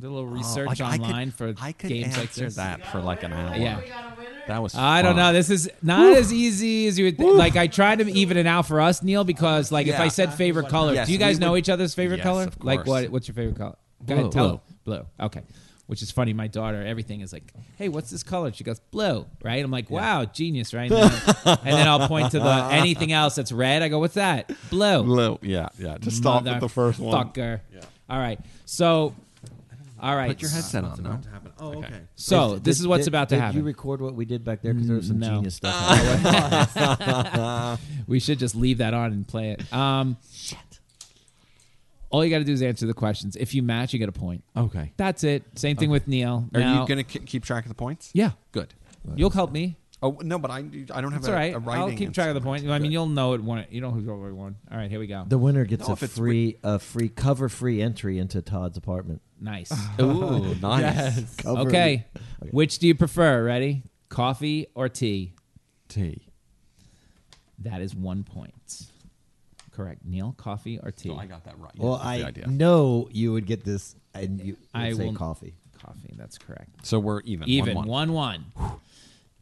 Did a little Oh, research like, I could- online for I could games like answer this. that for like an hour. Yeah. Uh, That was. I don't fun. know. This is not as easy as you would think. Like I tried to even it out for us, Neil, because like if Yeah. I said favorite color, Yes, do you guys we know would- each other's favorite Yes, color? of Like what? course. What's your favorite color? Go ahead, Blue. tell blue. blue. Okay. Which is funny. My daughter, everything is like, "Hey, what's this color?" She goes, "Blue." Right? I'm like, "Wow, genius!" Right? And then, and then I'll point to the anything else that's red. I go, "What's that?" Blue. Blue. Yeah, yeah. Just stop with the first one. Fucker. All right. So. All right. Put your headset on. No. Oh, okay. So this is what's Did- about to did happen. Mm, You record what we did back there because there was some No. genius stuff. happening. We should just leave that on and play it. Um, All you got to do is answer the questions. If you match, you get a point. Okay. That's it. Same thing with Neil. Are Now- you gonna k- keep track of the points? Yeah. Good. You'll help me. Oh no, but I I don't have That's a, all right. a writing. I'll keep track of the instrument. point. I mean, Good. you'll know it. One. You know who's already won. All right, here we go. the winner gets No, a if it's free, a free cover, free entry into Todd's apartment. nice. Ooh, nice. okay. Which do you prefer? Ready? Coffee or tea? T. That is one point. Correct. Neil, coffee or tea? So I got that right. Well, That's the I idea. know you would get this, and you would I say will- coffee. coffee. That's correct. So we're even. Even one. one one.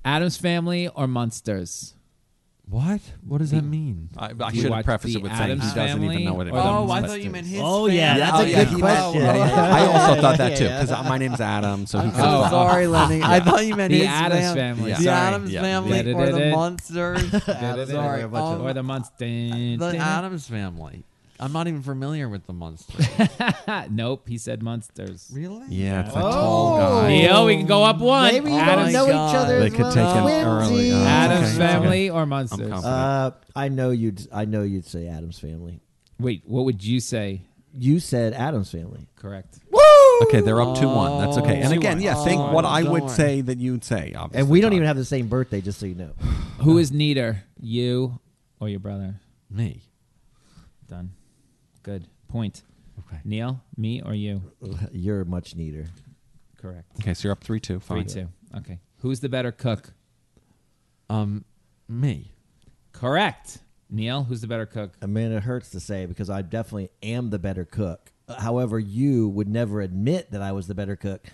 Adam's family or Munsters? What? What does that mean? I, I Do you should watch have prefaced The it with Addams saying he doesn't Family even know what it or is. the Oh, I thought Munsters? you meant his. Oh, yeah, family. that's a Oh, yeah, good he knows. question. I also thought that too because my name's Adam. So he. Oh, sorry, Lenny. I thought you meant The his Addams fam- family. Yeah. The Sorry. Adams Yeah. family Yeah. or the Yeah. monsters. Sorry. Sorry, Or the Munsters. the Adams family. I'm not even familiar with the monster. nope, he said monsters. Really? Yeah, it's a Oh. tall guy. Yo, we can go Oh up one. Maybe you Adam's, don't know God. each other. They as could well take as him twinsies. early. Oh, Adam's Okay, family or I'm monsters? confident. Uh, I know you'd. I know you'd say Adam's family. Uh, Wait, what would you say? You said Adam's family. Correct. Okay, they're up two one. That's okay. And Oh, again, yeah, oh, think what I don't would worry. say that you'd say. Obviously, And we don't John. even have the same birthday, just so you know. Who is neater, you or your brother? Me. Done. Good point. Okay. Neil, me or you? You're much neater. Correct. Okay, so you're up three two. Three Fine. two. Okay. Who's the better cook? Um, me. Correct. Neil, who's the better cook? I mean, it hurts to say because I definitely am the better cook. However, you would never admit that I was the better cook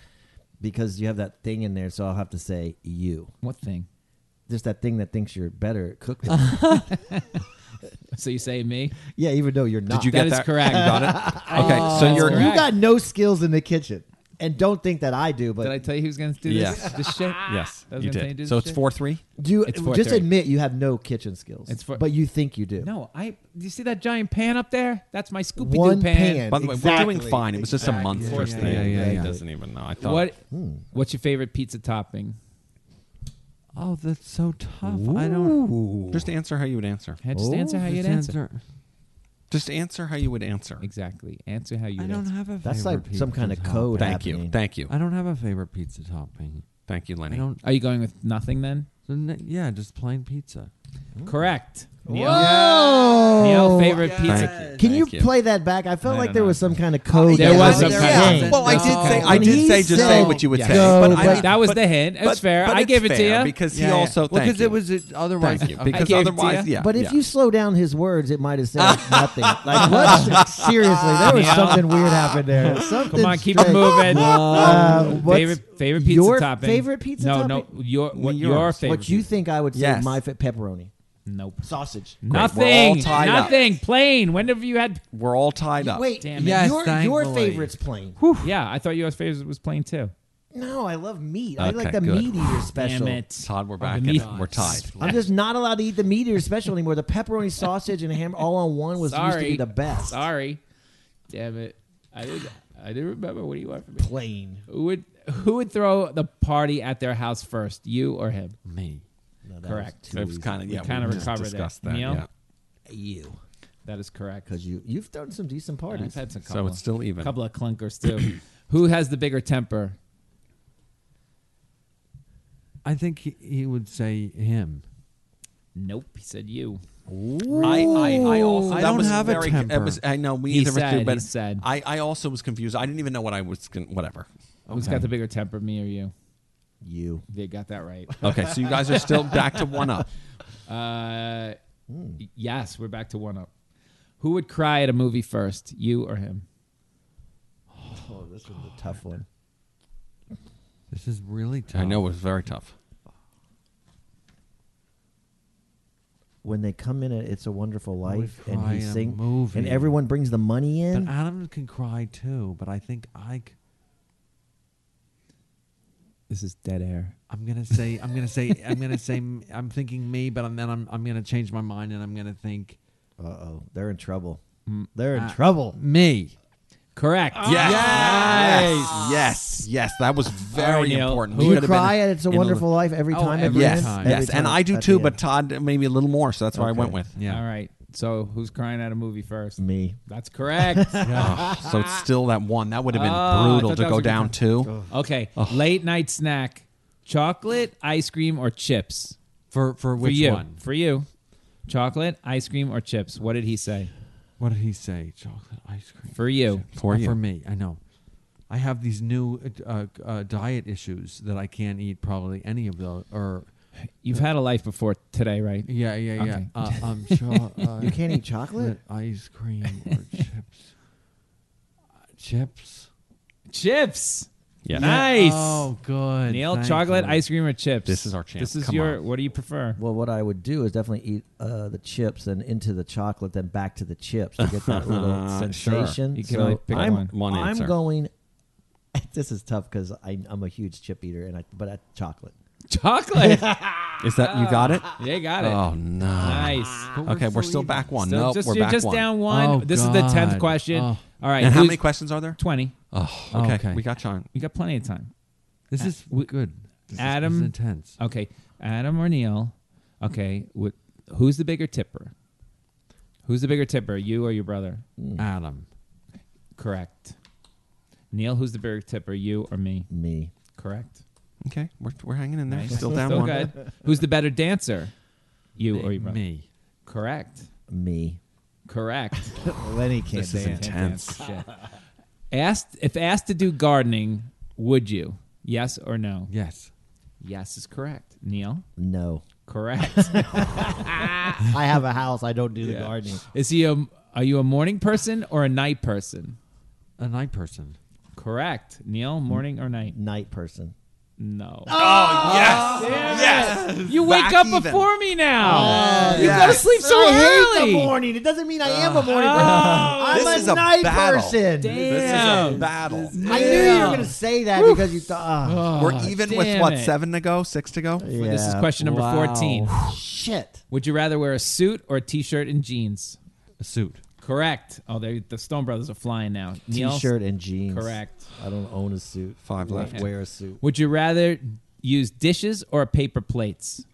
because you have that thing in there. So I'll have to say you. What thing? Just that thing that thinks you're better at cook. than me. So you say me? yeah, even though you're not. Did you That get is that? correct. You got it. Okay, so you're You got no skills in the kitchen, and don't think that I do. But Did I tell you who's going to do Yes. this, this shit? yes, I was you gonna say, did. this So it's shit. four three. you It's just 4:30. admit you have no kitchen skills. It's four- but you think you do. No, I. Do you see that giant pan up there? That's my Scooby One Doo pan. pan. By the way, we're Exactly. doing fine. It was just a monstrous Yeah, thing. yeah, yeah, yeah. He doesn't even know. I thought. What? Hmm. What's your favorite pizza topping? Oh, that's so tough. I don't. Just answer how you would answer. Yeah, just answer how Just you'd answer. Just answer how you would answer. Exactly. Answer how you. I would don't answer. have a. That's favorite like some pizza kind of topping. code. Thank you. happening. Thank you. I don't have a favorite pizza topping. Thank you, I Lenny. don't. Are you going with nothing then? so n- Yeah, just plain pizza. Correct. Neil, Whoa! Neil favorite Thank pizza. you. Can Thank you play that back? I felt No, like no, there no. was some kind of code. There that was I some kind of saying. code. Well, I did No. say I When did he say just say said what you would go say. back- I mean- That was the hint. It's but- fair. but I it's give it to fair you. because Yeah, he yeah. also well, thank it was it, otherwise. Thank you. okay. Because gave it to otherwise, you. yeah. But if yeah. you slow down his words, it might have sounded nothing. Like what? Seriously, there was Yeah. something weird happened there. Something Come on, keep it strange. moving. Um, Uh, what's favorite favorite pizza your topping. favorite pizza no, topping? No, your what Yours. your What favorite. What you think I would say? Yes. My fa- pepperoni, Nope. sausage. Nothing. all tied up. Nothing. Plain. Whenever you had. We're all tied up. Wait, Damn it. Yes, your your thankfully. favorite's plain. Yeah, I thought your favorite was plain too. No, I love meat. I like Okay, the good. meat eater special. Damn it. Todd, we're back. meat- in. We're tied. I'm just not allowed to eat the meat eater special anymore. The pepperoni sausage and ham all on one was used to Sorry. be the best. Sorry. Damn it. I didn't. I didn't remember. What do you want from me? Plain. Who would who would throw the party at their house first? You or him? me. correct. It was kind of yeah. kinda we just recovered it. discussed that. Neil? yeah. You, That is correct. because you you've thrown some decent I've parties. had some couple, So it's still even. couple of clunkers too. who has the bigger temper? I think he, he would say him. Nope, he said you. I, I, I also I that don't was have a very, temper. It was, I know we He either of us said, do, but he said. I, I also was confused. I didn't even know what I was. Gonna, whatever. Who's got the bigger temper, me or you? you. They got that right. Okay, so you guys are still back to one up. Uh, yes, we're back to one up. Who would cry at a movie first, you or him? Oh, this was a tough one. This is really tough. I know it was very tough. When they come in, at it's a wonderful I would life, and cry he in a sing, movie. and everyone brings the money But in. Adam can cry too. But I think I. c- This is dead air. I'm gonna say. I'm gonna say. I'm gonna say. m- I'm thinking me, but I'm, then I'm. I'm gonna change my mind and I'm gonna think uh, Uh oh, they're in trouble. Mm, They're in trouble. me. Correct. Yes. Yes. Yes. Yes. That was very right, Neil. important. Who We You could have cry been- at "It's a in the- Wonderful Life" every Oh, time. at every the Yes. end? time. Every Yes. And time I do at the too, end. but Todd maybe a little more. So that's what I Okay. went with. Yeah. All right. So who's crying at a movie first? me. That's correct. Oh, so it's still that one. That would have been Oh, I brutal thought to that was go a good down one. to. Okay. Late night snack: chocolate, ice cream, or chips. For for For which you. one? For you. Chocolate, ice cream, or chips. What did he say? What did he say? Chocolate ice cream. For you. For you. Uh, For me. I know. I have these new uh, uh, diet issues that I can't eat probably any of those. Or You've had a life before today, right? yeah, yeah, yeah. Okay. Uh, I'm sure. Uh, You can't eat chocolate. ice cream or chips. Uh, chips. Chips. Yeah. Nice. Oh, good. Neil, Thank chocolate, you. ice cream, or chips. This is our chance. This is Come your. on. What do you prefer? Well, what I would do is definitely eat uh, the chips, then into the chocolate, then back to the chips to get that little Sure. sensation. You can only pick I'm, one. One I'm answer. going. This is tough because I'm a huge chip eater, and I but at chocolate. Chocolate. Is that you got it? Yeah, you Oh. got it. Oh no. Nice. But Okay, we're still even. back one. So No, just, we're you're back just one. down one. Oh, this is the tenth God. question. Oh. All right. And how who's- many questions are there? Twenty. Oh, Okay, okay. we got Sean. You got plenty of time. this is good. This is- Uh, Adam- this is intense. Okay, Adam or Neil? Okay, wh- who's the bigger tipper? Who's the bigger tipper, you or your brother? Adam. Correct. Neil, who's the bigger tipper, you or me? Me. Correct. Okay, we're, we're hanging in there. Nice. Still down Still one. good. Who's the better dancer, you or your brother? Me. Correct. Me. Correct. Lenny can't This is dance. intense. Shit. Asked if asked to do gardening, would you? Yes or no? Yes. Yes is correct. Neil, No. correct. I have a house. I don't do the gardening. is he a? Are you a morning person or a night person? A night person. Correct. Neil, morning or night? Night person. No. Oh, Yes. yes. you wake back up even. Oh, before me now. you yes. go to sleep so I hate early. the morning. It doesn't mean I am a morning Oh, person. I'm This a is a night battle. person. This is a Damn. battle. I knew you were Yeah. going to say that because you thought, oh, We're even with damn what it. seven to go, six to go. Yeah. This is question number Wow. 14. shit. Would you rather wear a suit or a t-shirt and jeans? A suit. Correct. Oh, they the Stone Brothers are flying now. Neil, T-shirt and jeans. Correct. I don't own a suit. Five I don't left. Wear a suit. Would you rather use dishes or paper plates?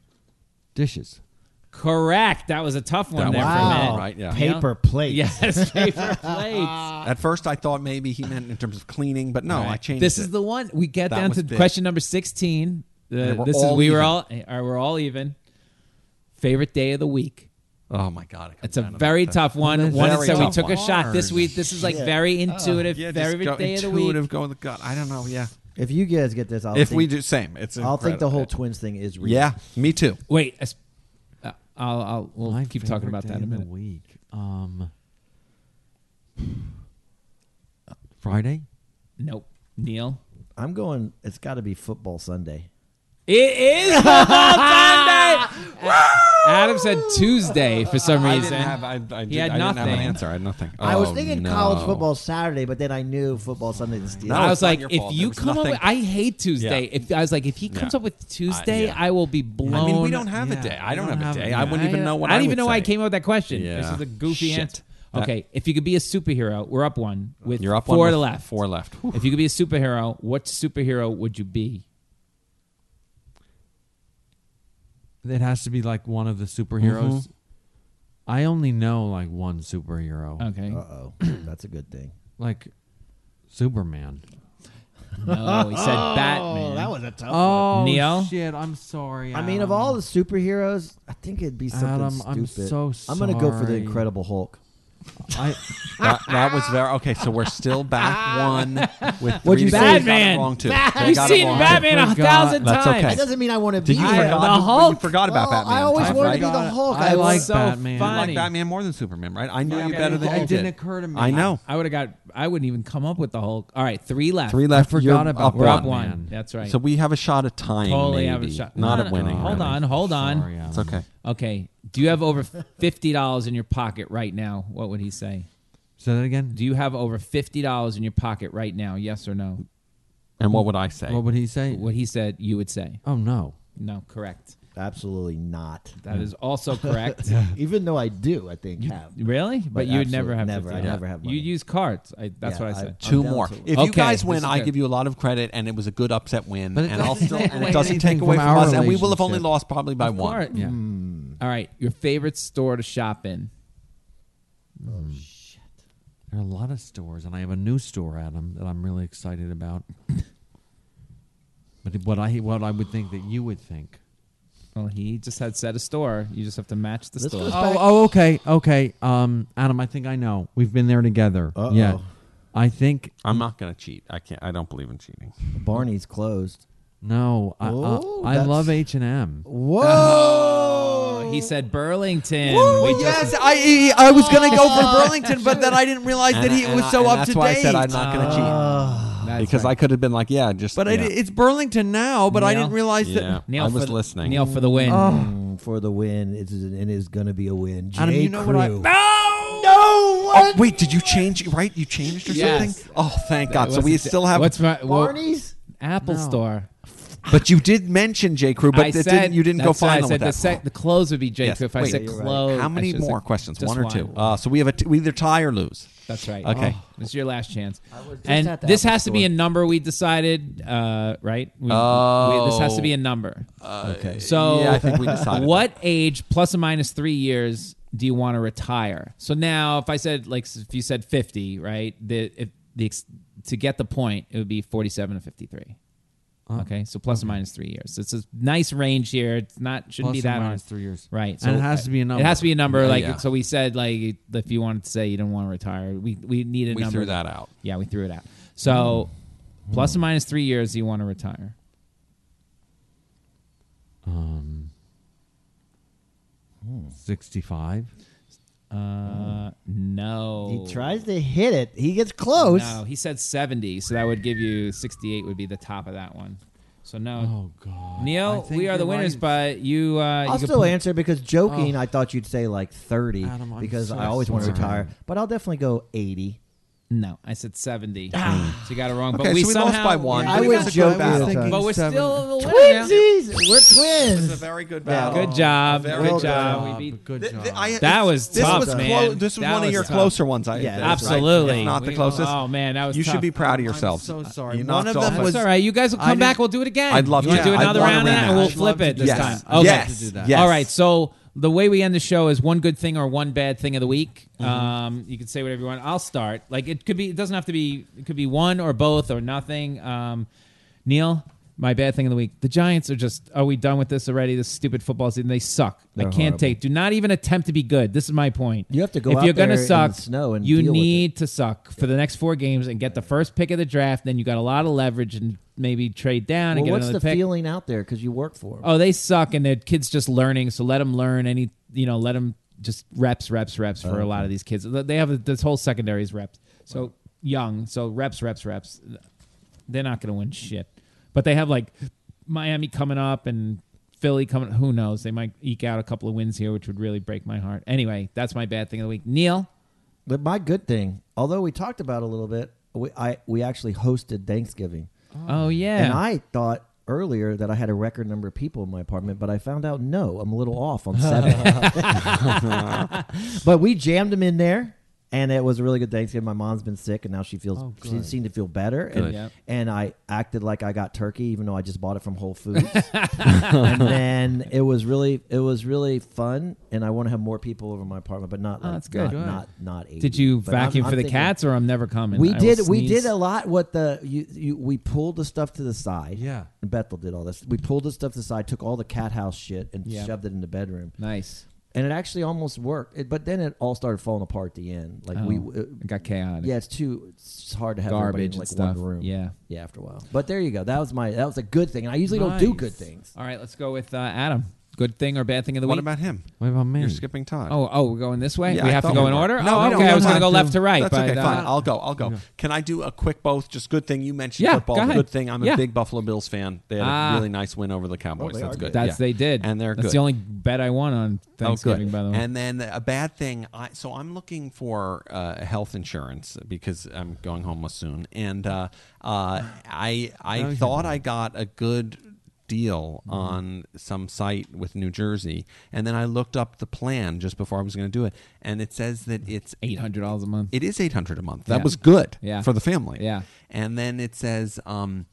Dishes. Correct. That was a tough one That there one. for a Wow. minute. Right, yeah. Paper plates. Yes, paper plates. At first, I thought maybe he meant in terms of cleaning, but no, I changed. This it. is the one we get That down was to big. question number sixteen. The, And we're this is all we were even. all are we're all even. Favorite day of the week. Oh my god, it comes It's a down to very that. tough one. that's One that very said we tough Oh, took a one. shot this week. This is like very intuitive. Yeah, just favorite go day of the intuitive, week. go with the gut. I don't know. Yeah, If you guys get this, I'll if think, we do same, it's. I'll think the incredible. whole twins thing is real. Yeah, me too. Wait, as- uh, I'll, I'll we'll My keep talking favorite about day that in a of the minute. week. Um, Friday. Nope, Neil. I'm going. It's got to be football Sunday. It is football Sunday. Adam said Tuesday for some I reason. didn't have. I, I, did, had I didn't have an nothing. answer. I had nothing. I was Oh, thinking no. college football Saturday, but then I knew football Sunday the Steelers. No, I it's was not like, your if fault. There you was come up, nothing. with, I hate Tuesday. Yeah. If I was like, if he comes Yeah. up with Tuesday, yeah. I will be blown. I mean, we don't have a Yeah, day. I we don't, don't have a have day. a- I wouldn't even know what. I I don't would even know why I say. came up with that question. This Yeah. is a goofy Shit. answer. That- Okay, if you could be a superhero, we're up one with You're up four one with to left. Four left. Whew. If you could be a superhero, what superhero would you be? It has to be like one of the superheroes. I only know like one superhero, Okay. Uh oh, that's a good thing. like Superman. No, he said Oh, Batman. that was a tough Oh Neo? shit! I'm sorry. I mean, of all the superheroes, I think it'd be something Adam, stupid. I'm so I'm gonna go for the sorry. Incredible Hulk. I, that, that was very okay. So we're still back one with three. What'd you to say? go. They got it Batman. wrong too. They We've got it seen wrong, too. Batman a Forgot. thousand That's times. okay. That doesn't mean I want to Did be you I- forget? the the you Hulk. forgot about Well, Batman. I always That's wanted right. to be the forgot. Hulk. I I like was- so Batman. I funny. like Batman more than Superman, right? I knew you Okay. better than It you didn't did. occur to me. I know. I would have got. I wouldn't even come up with the Hulk. All right, three left. Three left. I forgot You're about up We're up Batman. one. one. That's right. So we have a shot at tying. totally have a maybe. shot. Not No, at no, winning. no, Hold really. on, hold on. Sorry, Adam. It's okay. Okay. Do you have over fifty dollars in your pocket right now? What would he say? Say that again. Do you have over fifty dollars in your pocket right now? Yes or no? And what would I say? What would he say? What he said, you would say Oh no. no. Correct. Absolutely not. That is also correct. Even though I do, I think have. Really? But, you would never absolutely never. have. I $50. never have You money. use cards. I, that's Yeah, what I I- said. I'm Two down more. to- If you Okay, guys this win, is I good. give you a lot of credit, and it was a good upset win. But it and I'll doesn't still, take and it away doesn't anything take away from from, our us, and we will have only relationship. lost probably by one. Alright, Yeah. All right. Your favorite store to shop in. There are a lot of stores, and I have a new store, Adam, that I'm really excited about. but what I what I would think that you would think. Well, he just had said a store. You just have to match the Let's store. go- Oh, oh, okay, okay. Um, Adam, I think I know. We've been there together. Uh-oh. Yeah, I think I'm not going to cheat. I can't. I don't believe in cheating. Barney's closed. no. I, uh, Oh, I, I that's- love H and M. Oh, he said Burlington. Oh We just- yes, I I was gonna go for Burlington, but then I didn't realize that Oh, And- he and was I- so and up that's to why date. I said I'm not going to That's cheat because right. I could have been like, yeah, just. but I yeah. di- it's Burlington now, but I Neil? didn't realize Yeah. that. Neil I was for the- listening. Neil for the win. Oh. Oh. Mm, for the win. It's it is gonna be a win. J. Adam, you know Crew. what I? No, no. Oh, wait, did you change? Right, you changed or Yes. something? Oh, thank God. So What's we it- still have. what's my well, Barney's? Apple No. Store? But you did mention J. Crew, but I it said, didn't, you didn't go that's why I final said with the, that. sec- the close would be J. Yes, Crew if I wait. said You're right. close. How I many should've said more questions? just One or two? Uh, so we have a t- we either tie or lose. That's right. Oh, Okay. This is your last chance. was just And at the this Apple has to be a store. number we decided, uh, right? We- we- this has to be a Oh. number. Okay. uh, So yeah, I think we decided What age, plus or minus three years, do you want to retire? So now, if I said like, if you said fifty, right? The if the ex- to get the point, it would be forty-seven to fifty-three. Oh. okay, so plus or minus three years. So it's a nice range here. It's not shouldn't Plus be or that minus hard. three years. right? uh, And it has to be a number. It has to be a number. Yeah, like yeah. so, we said like if you wanted to say you didn't want to retire, we we need a We number. threw that out. Yeah, we threw it out. So Mm. plus or minus three years, you want to retire. Um, sixty-five. Uh, no. He tries to hit it. He gets Oh, close. No, he said 70, so that would give you 68 would be the top of that one. So Oh no. God, I Neil, think we are the you're winners, right. but you uh I'll you could still put- answer because Oh. joking, I thought you'd say like 30 Adam, I'm because so I always want to sorry. retire, but I'll definitely go 80. No, I said 70. So you got it wrong, but Ah. Okay, we so we somehow lost by one. I but it was was a good joking. battle. thinking But we're seven. still the winner. now. Twinsies. We're It's a twins. very good battle. Good job. Very Good well job. done. Uh, We beat good Th- job. th- I- That was this tough, was man. clo- this was That one was of your tough. closer ones. I Yeah, think, that's right. Absolutely. If not the We- closest. oh, man, that was You should tough. be proud of I'm yourselves. so sorry. You One knocked of them off was- That's all right. You guys will I come back. didn't- We'll do it again. I'd love you wanna to. do I'd another love to round, of that, and we'll rematch. flip it this Yes. time. I'd Yes. love to do that. Yes. All right. So the way we end the show is one good thing or one bad thing of the week. Mm-hmm. Um, you can say whatever you want. I'll start. Like it could be. It doesn't have to be. It could be one or both or nothing. Um, Neil, my bad thing of the week. The Giants are just. Are we done with this already? This stupid football season. They suck. I They're can't horrible. take. Do not even attempt to be good. This is my point. You have to go If out you're gonna there in suck, the snow and you deal with it. need to suck for the next four games and get the first pick of the draft. Then you got a lot of leverage and maybe trade down and Well, get what's another the pick. feeling out there because you work for 'em? Oh, they suck, and their kids just learning. So let them learn any, you know, let them just reps, reps, reps for a lot of these kids. They have this whole secondary is reps. So young, so reps, reps, reps. They're not going to win shit, but they have like Miami coming up and Philly coming. Who knows? They might eke out a couple of wins here, which would really break my heart. Anyway, that's my bad thing of the week. Neil, But my good thing, although we talked about it a little bit, we, I, we actually hosted Thanksgiving. oh, yeah, And I thought earlier that I had a record number of people in my apartment, but I found out no, I'm a little off on seven. but we jammed them in there. And it was a really good Thanksgiving. My mom's been sick, and now she feels Oh, she seemed to feel better. And, Yep. and I acted like I got turkey, even though I just bought it from Whole Foods. and then it was really it was really fun. And I want to have more people over my apartment, but not like, Oh, that's good. Not, Good. not not 80. did you But I'm- vacuum I'm for the thinking- cats, or I'm never coming? we I will did. We sneeze. did a lot. What the you, you we pulled the stuff to the side. Yeah. and Bethel did all this. We pulled the stuff to the side, took all the cat house shit, and Yeah. shoved it in the bedroom. nice. And it actually almost worked. It, but then it all started falling apart at the end. Like we, Oh, it got chaotic. Yeah, it's too. It's hard to have everybody in, Garbage and like stuff. one room. Yeah. yeah. After a while, but there you go. That was my. That was a good thing. And I usually don't do Nice. good things. All right, let's go with uh, Adam. Good thing or bad thing of the What week? about him? What about me? You're skipping time. oh, oh, we're going this way. Yeah, we I have to thought go we in were. order. No, we oh, don't. okay. I was going to We're not go to. left to right. That's but, okay. uh, Fine. I'll go. I'll go. Can I do a quick both? Just good thing you mentioned Yeah, football. go ahead. Good thing I'm a Yeah. big Buffalo Bills fan. They had Ah. a really nice win over the Cowboys. That's good. That's Yeah. they did, and they're that's good. Oh, the only bet I won on Thanksgiving. By the way, And then a bad thing. I so I'm looking for uh, health insurance because I'm going homeless soon, and uh, uh, I Oh, I thought I got a good deal Mm-hmm. on some site with New Jersey, and then I looked up the plan just before I was going to do it, and it says that it's eight hundred dollars a month. it is 800 a month. That Yeah. was good Yeah. for the family. Yeah. And then it says um,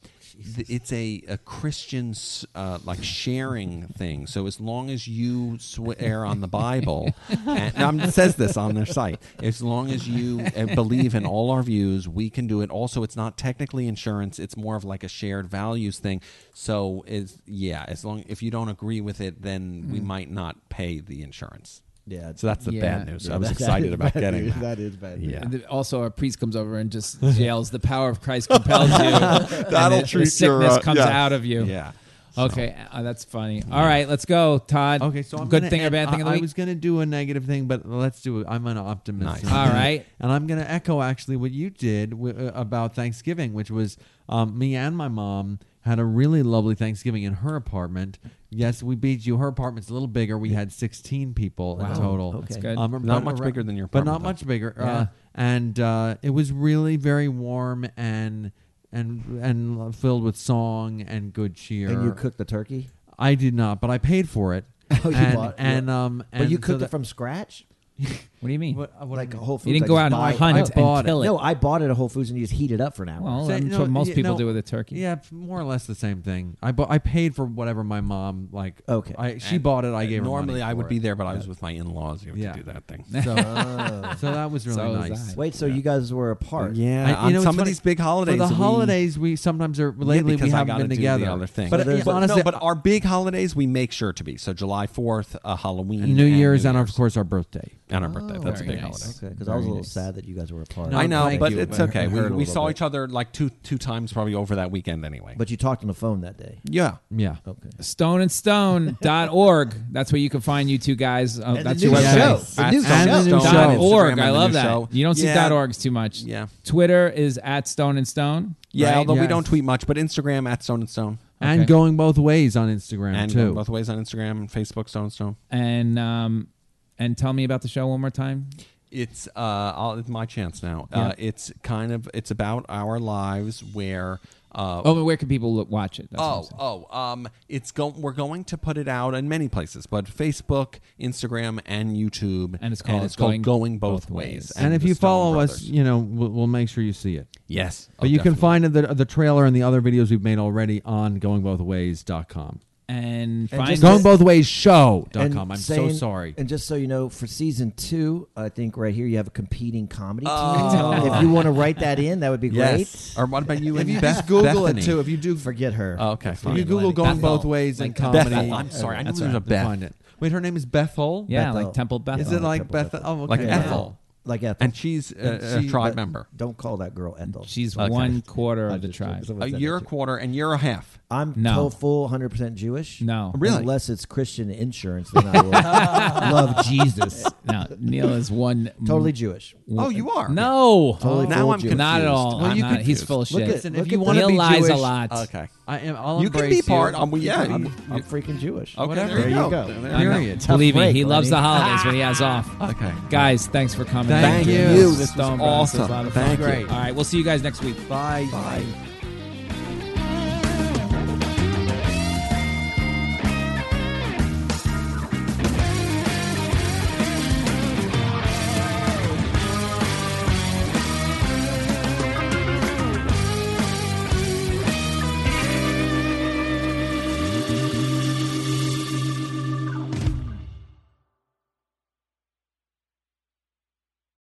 th- it's a, a Christian s- uh, like sharing thing. So as long as you swear on the Bible, and, no, I'm- it says this on their site. As long as you uh, believe in all our views, we can do it. Also, it's not technically insurance. It's more of like a shared values thing. So is yeah, as long if you don't agree with it, then Mm. we might not pay the insurance. Yeah. So that's the Yeah. bad news. I was That is excited about bad getting news. that. That is bad. news. Yeah. And then also, a priest comes over and just yells, "The power of Christ compels you." That'll the, the treat sickness your, uh, comes yeah. out of you. Yeah. Okay, uh, that's funny. All right, let's go, Todd. Okay, so I'm good gonna thing or end- bad I, thing of the I week? was gonna do a negative thing, but let's do. it. I'm an optimist. Nice. And- All right. and I'm gonna echo actually what you did w- uh, about Thanksgiving, which was um, me and my mom had a really lovely Thanksgiving in her apartment. Yes, we beat you. Her apartment's a little bigger. We had 16 people in total. That's good. Um, Not but much arou- bigger than your but not uh, apartment, much though. bigger. Yeah. Uh, and uh, it was really very warm and and and filled with song and good cheer. And you cooked the turkey? I did not, but I paid for it. Oh, you and, bought- and yeah. um, But and you so cooked that- it from scratch? What do you mean? What- what do like mean? Whole Foods. didn't I go just out and buy it. hunt I and bought kill it. No, I bought it at Whole Foods and just heat it up for an hour. Well, Say- that's no, what most yeah, people no. do with a turkey. Yeah, it's more or less the same thing. I bought, I paid for whatever my mom like. Okay. I, she bought it. I gave her Uh, Normally, money I for would it. be there, but I was with my in-laws here Yeah. to do that thing. So, so that was really So was nice. I. Wait, so you guys were apart? Oh. Yeah, I- you on know, it's some of funny, these big holidays, For the we- holidays, we sometimes are Yeah, lately we because I haven't gotta been do together. The other thing. But, But, uh, there's- no, honestly, but our big holidays, we make sure to be so. July Fourth, uh, Halloween, New Year's and, and Oh. of course our birthday. and our birthday. That's a very big nice. holiday. Okay, because I Very was a little nice. sad that you guys were apart. No, I know, thank but you. it's I okay. We, heard a we little saw bit. each other like two two times probably over that weekend anyway. But you talked on the phone that day. yeah, Yeah. Okay. stoneandstone.org. That's where you can find you two guys. Uh, that's your new website. show. The new At show. Stone new on show. Dot Instagram org. and the I love new that. show. You don't see Yeah. dot orgs too much. Yeah. Twitter is at Stone and Stone. Yeah, right? although we Yes. don't tweet much, but Instagram at Stone and Stone And Okay. going both ways on Instagram and too. going both ways on Instagram and Facebook Stone and Stone. And um, and tell me about the show one more time. It's uh, I'll, it's my chance now. Uh, it's kind of it's about our lives where uh, Oh, and where can people look, watch it? That's what I'm Oh, saying. oh, um, it's go- we're going to put it out in many places, but Facebook, Instagram, and YouTube, And it's called going, Going both, Both ways. Ways. and if the you Stone follow us, Brothers. you know we'll, we'll make sure you see it. yes, But you can find the the trailer and the other videos we've made already on goingbothways.com. And, And find just Going us. both ways show.com. And I'm so saying- sorry. And just so you know, for season two, I think right here you have a competing comedy team. If you want to write that in, that would be great. yes. Or what about you if and you Beth- just Google Bethany? it too, if you do Forget her. Oh, okay, if fine. you Google going both ways and comedy, Bethel. I'm sorry, I knew That's there was all a right. Beth. Find it. Wait, her name is Bethel. yeah, Bethel. like Temple Bethel. Is it like Bethel, Beth? Oh, okay. Like Yeah. Ethel. like Ethel. and she's a, a she- tribe But member. Don't call that girl Ethel. She's Okay. one quarter of the Just- tribe. someone Uh, said you're a that too. quarter, and you're a half. I'm No. to- full 100% Jewish. No. Really? Unless it's Christian insurance, then I will love Jesus. No, Neil is one. Totally Jewish. Oh, you are. No. Totally now full I'm Jewish. confused. Not at all. Well, I'm you not. He's confused. full of shit. Look at- Listen, look if you at want to Neil be lies Jewish, a lot. Oh, Okay. I am. I'll You can embrace be part. You. I'm, yeah. I'm, you- I'm freaking Jewish. okay, whatever. There you go. I know. Period. Tough Believe me, break, he loves the buddy. holidays when he has off. Okay. Guys, thanks for coming. Thank in. you. This was Stone Brothers, it was a awesome. lot of fun. Thank you. All right, we'll see you guys next week. Bye. Bye.